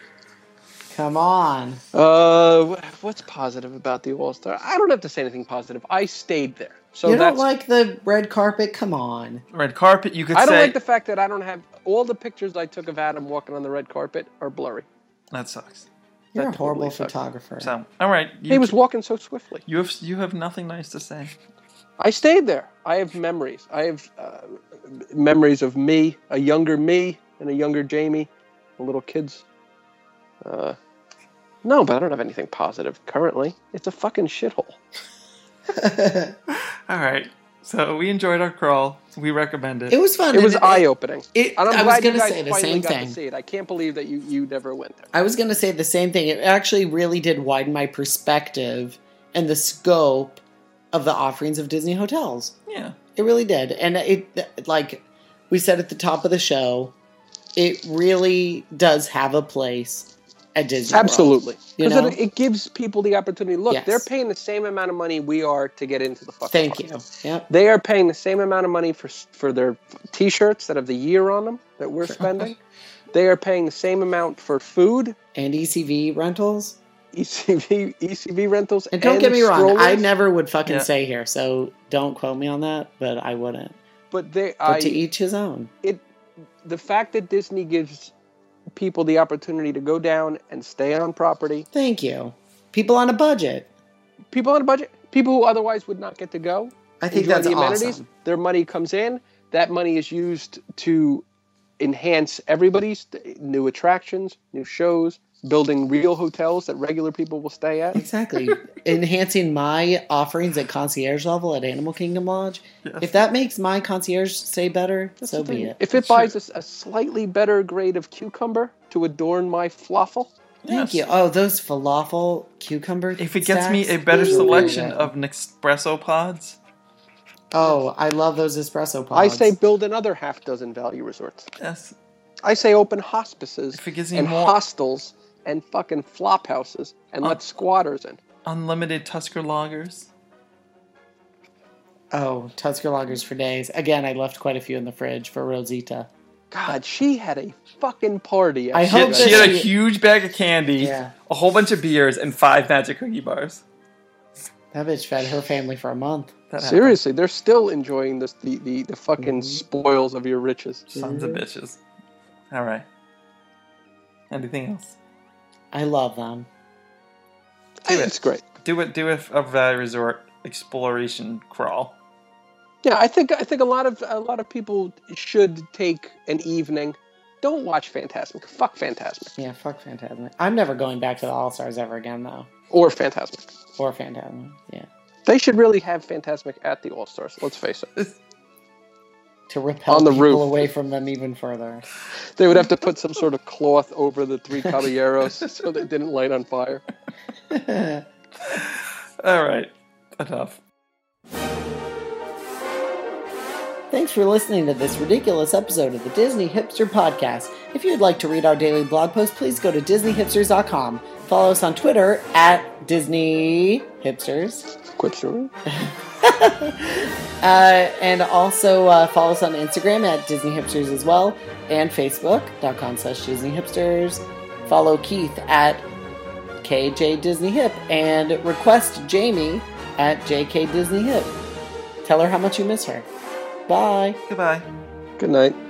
Come on.
Uh, wh- what's positive about the All Star? I don't have to say anything positive. I stayed there, so
you don't
that's.
like the red carpet? Come on.
Red carpet. You could
I don't
say
like the fact that I don't have all the pictures I took of Adam walking on the red carpet are blurry.
that sucks.
You're
That
a horrible
totally sucks.
photographer.
So all right, you,
He was walking so swiftly.
you have you have nothing nice to say.
I stayed there. I have memories. I have uh, memories of me, a younger me, and a younger Jamie, the little kids. Uh, no, but I don't have anything positive currently. It's a fucking shithole.
All right. So we enjoyed our crawl. We recommend it.
it was fun.
It was
and
eye opening.
it-
And I'm
I
glad
was going
you
to
guys
say the
finally
same
got
thing.
to see it. I can't believe that you, you never went there.
I was going to say the same thing. It actually really did widen my perspective and the scope of the offerings of Disney hotels.
yeah.
It really did. And it, like we said at the top of the show, it really does have a place at Disney. World.
Absolutely.
You
Because
know?
it, it gives people the opportunity. Look,
Yes.
they're paying the same amount of money we are to get into the fucking
Thank
park.
you. Yep.
They are paying the same amount of money for for their t-shirts that have the year on them that
oh,
we're spending. they are paying the same amount for food, E
And ECV rentals.
ECV ECV rentals,
And don't get me wrong, I
strollers.
never would fucking
Yeah.
say here, so don't quote me on that, but I wouldn't.
But they,
But
I,
to E- each his own.
the fact that Disney gives people the opportunity to go down and stay on property,
Thank you. People on a budget.
people on a budget, people who otherwise would not get to go,
I think
enjoy
that's
the amenities.
awesome.
Their money comes in. That money is used to enhance everybody's new attractions, new shows, building real hotels that regular people will stay at.
Exactly. Enhancing my offerings at concierge level at Animal Kingdom Lodge.
Yes.
If that makes my concierge say better,
That's
so
the
be
thing.
it.
If it buys us a slightly better grade of cucumber to adorn my fluffle,
Thank
Yes.
you. Oh, those falafel cucumber.
If it gets me a
stacks.
better
Ooh.
selection of Nespresso pods,
Oh, I love those espresso pods.
I say build another half dozen value resorts.
yes.
I say open hospices
If it gives me
and
more
hostels and fucking flop houses and
Uh.
let squatters in.
unlimited Tusker lagers,
Oh, Tusker Loggers for days. Again, I left quite a few in the fridge for Rosita.
God, she had a fucking party.
I
at
she
hope
had,
Disney.
that
she had a
she-
huge bag of candy,
Yeah.
a whole bunch of beers, and five magic cookie bars.
That bitch fed her family for a month.
That happened.
Seriously, they're still enjoying this the, the, the
Mm-hmm.
fucking spoils of your riches.
Sons of bitches. All right. Anything else?
I love them.
Do it.
It's great.
Do it. Do a, a Valley Resort exploration crawl.
Yeah, I think I think a lot of a lot of people should take an evening. Don't watch Fantasmic. Fuck Fantasmic
Yeah, fuck Phantasmic. I'm never going back to the All Stars ever again, though.
or Fantasmic.
Or Phantasmic. Yeah.
They should really have Fantasmic at the All Stars. Let's face it.
To repel
On the
people
roof.
away from them even further.
They would have to put some sort of cloth over the three caballeros so they didn't light on fire.
All right. Enough.
Thanks for listening to this ridiculous episode of the Disney Hipster Podcast. If you'd like to read our daily blog post, please go to DisneyHipsters.com. Follow us on Twitter at Disney Hipsters.
Quip story.
Uh, and also uh, follow us on Instagram at Disney Hipsters as well and Facebook.com slash Disney Hipsters. Follow Keith at KJ Disney Hip and request Jamie at JK Disney Hip. Tell her how much you miss her. Bye.
Goodbye.
Good night.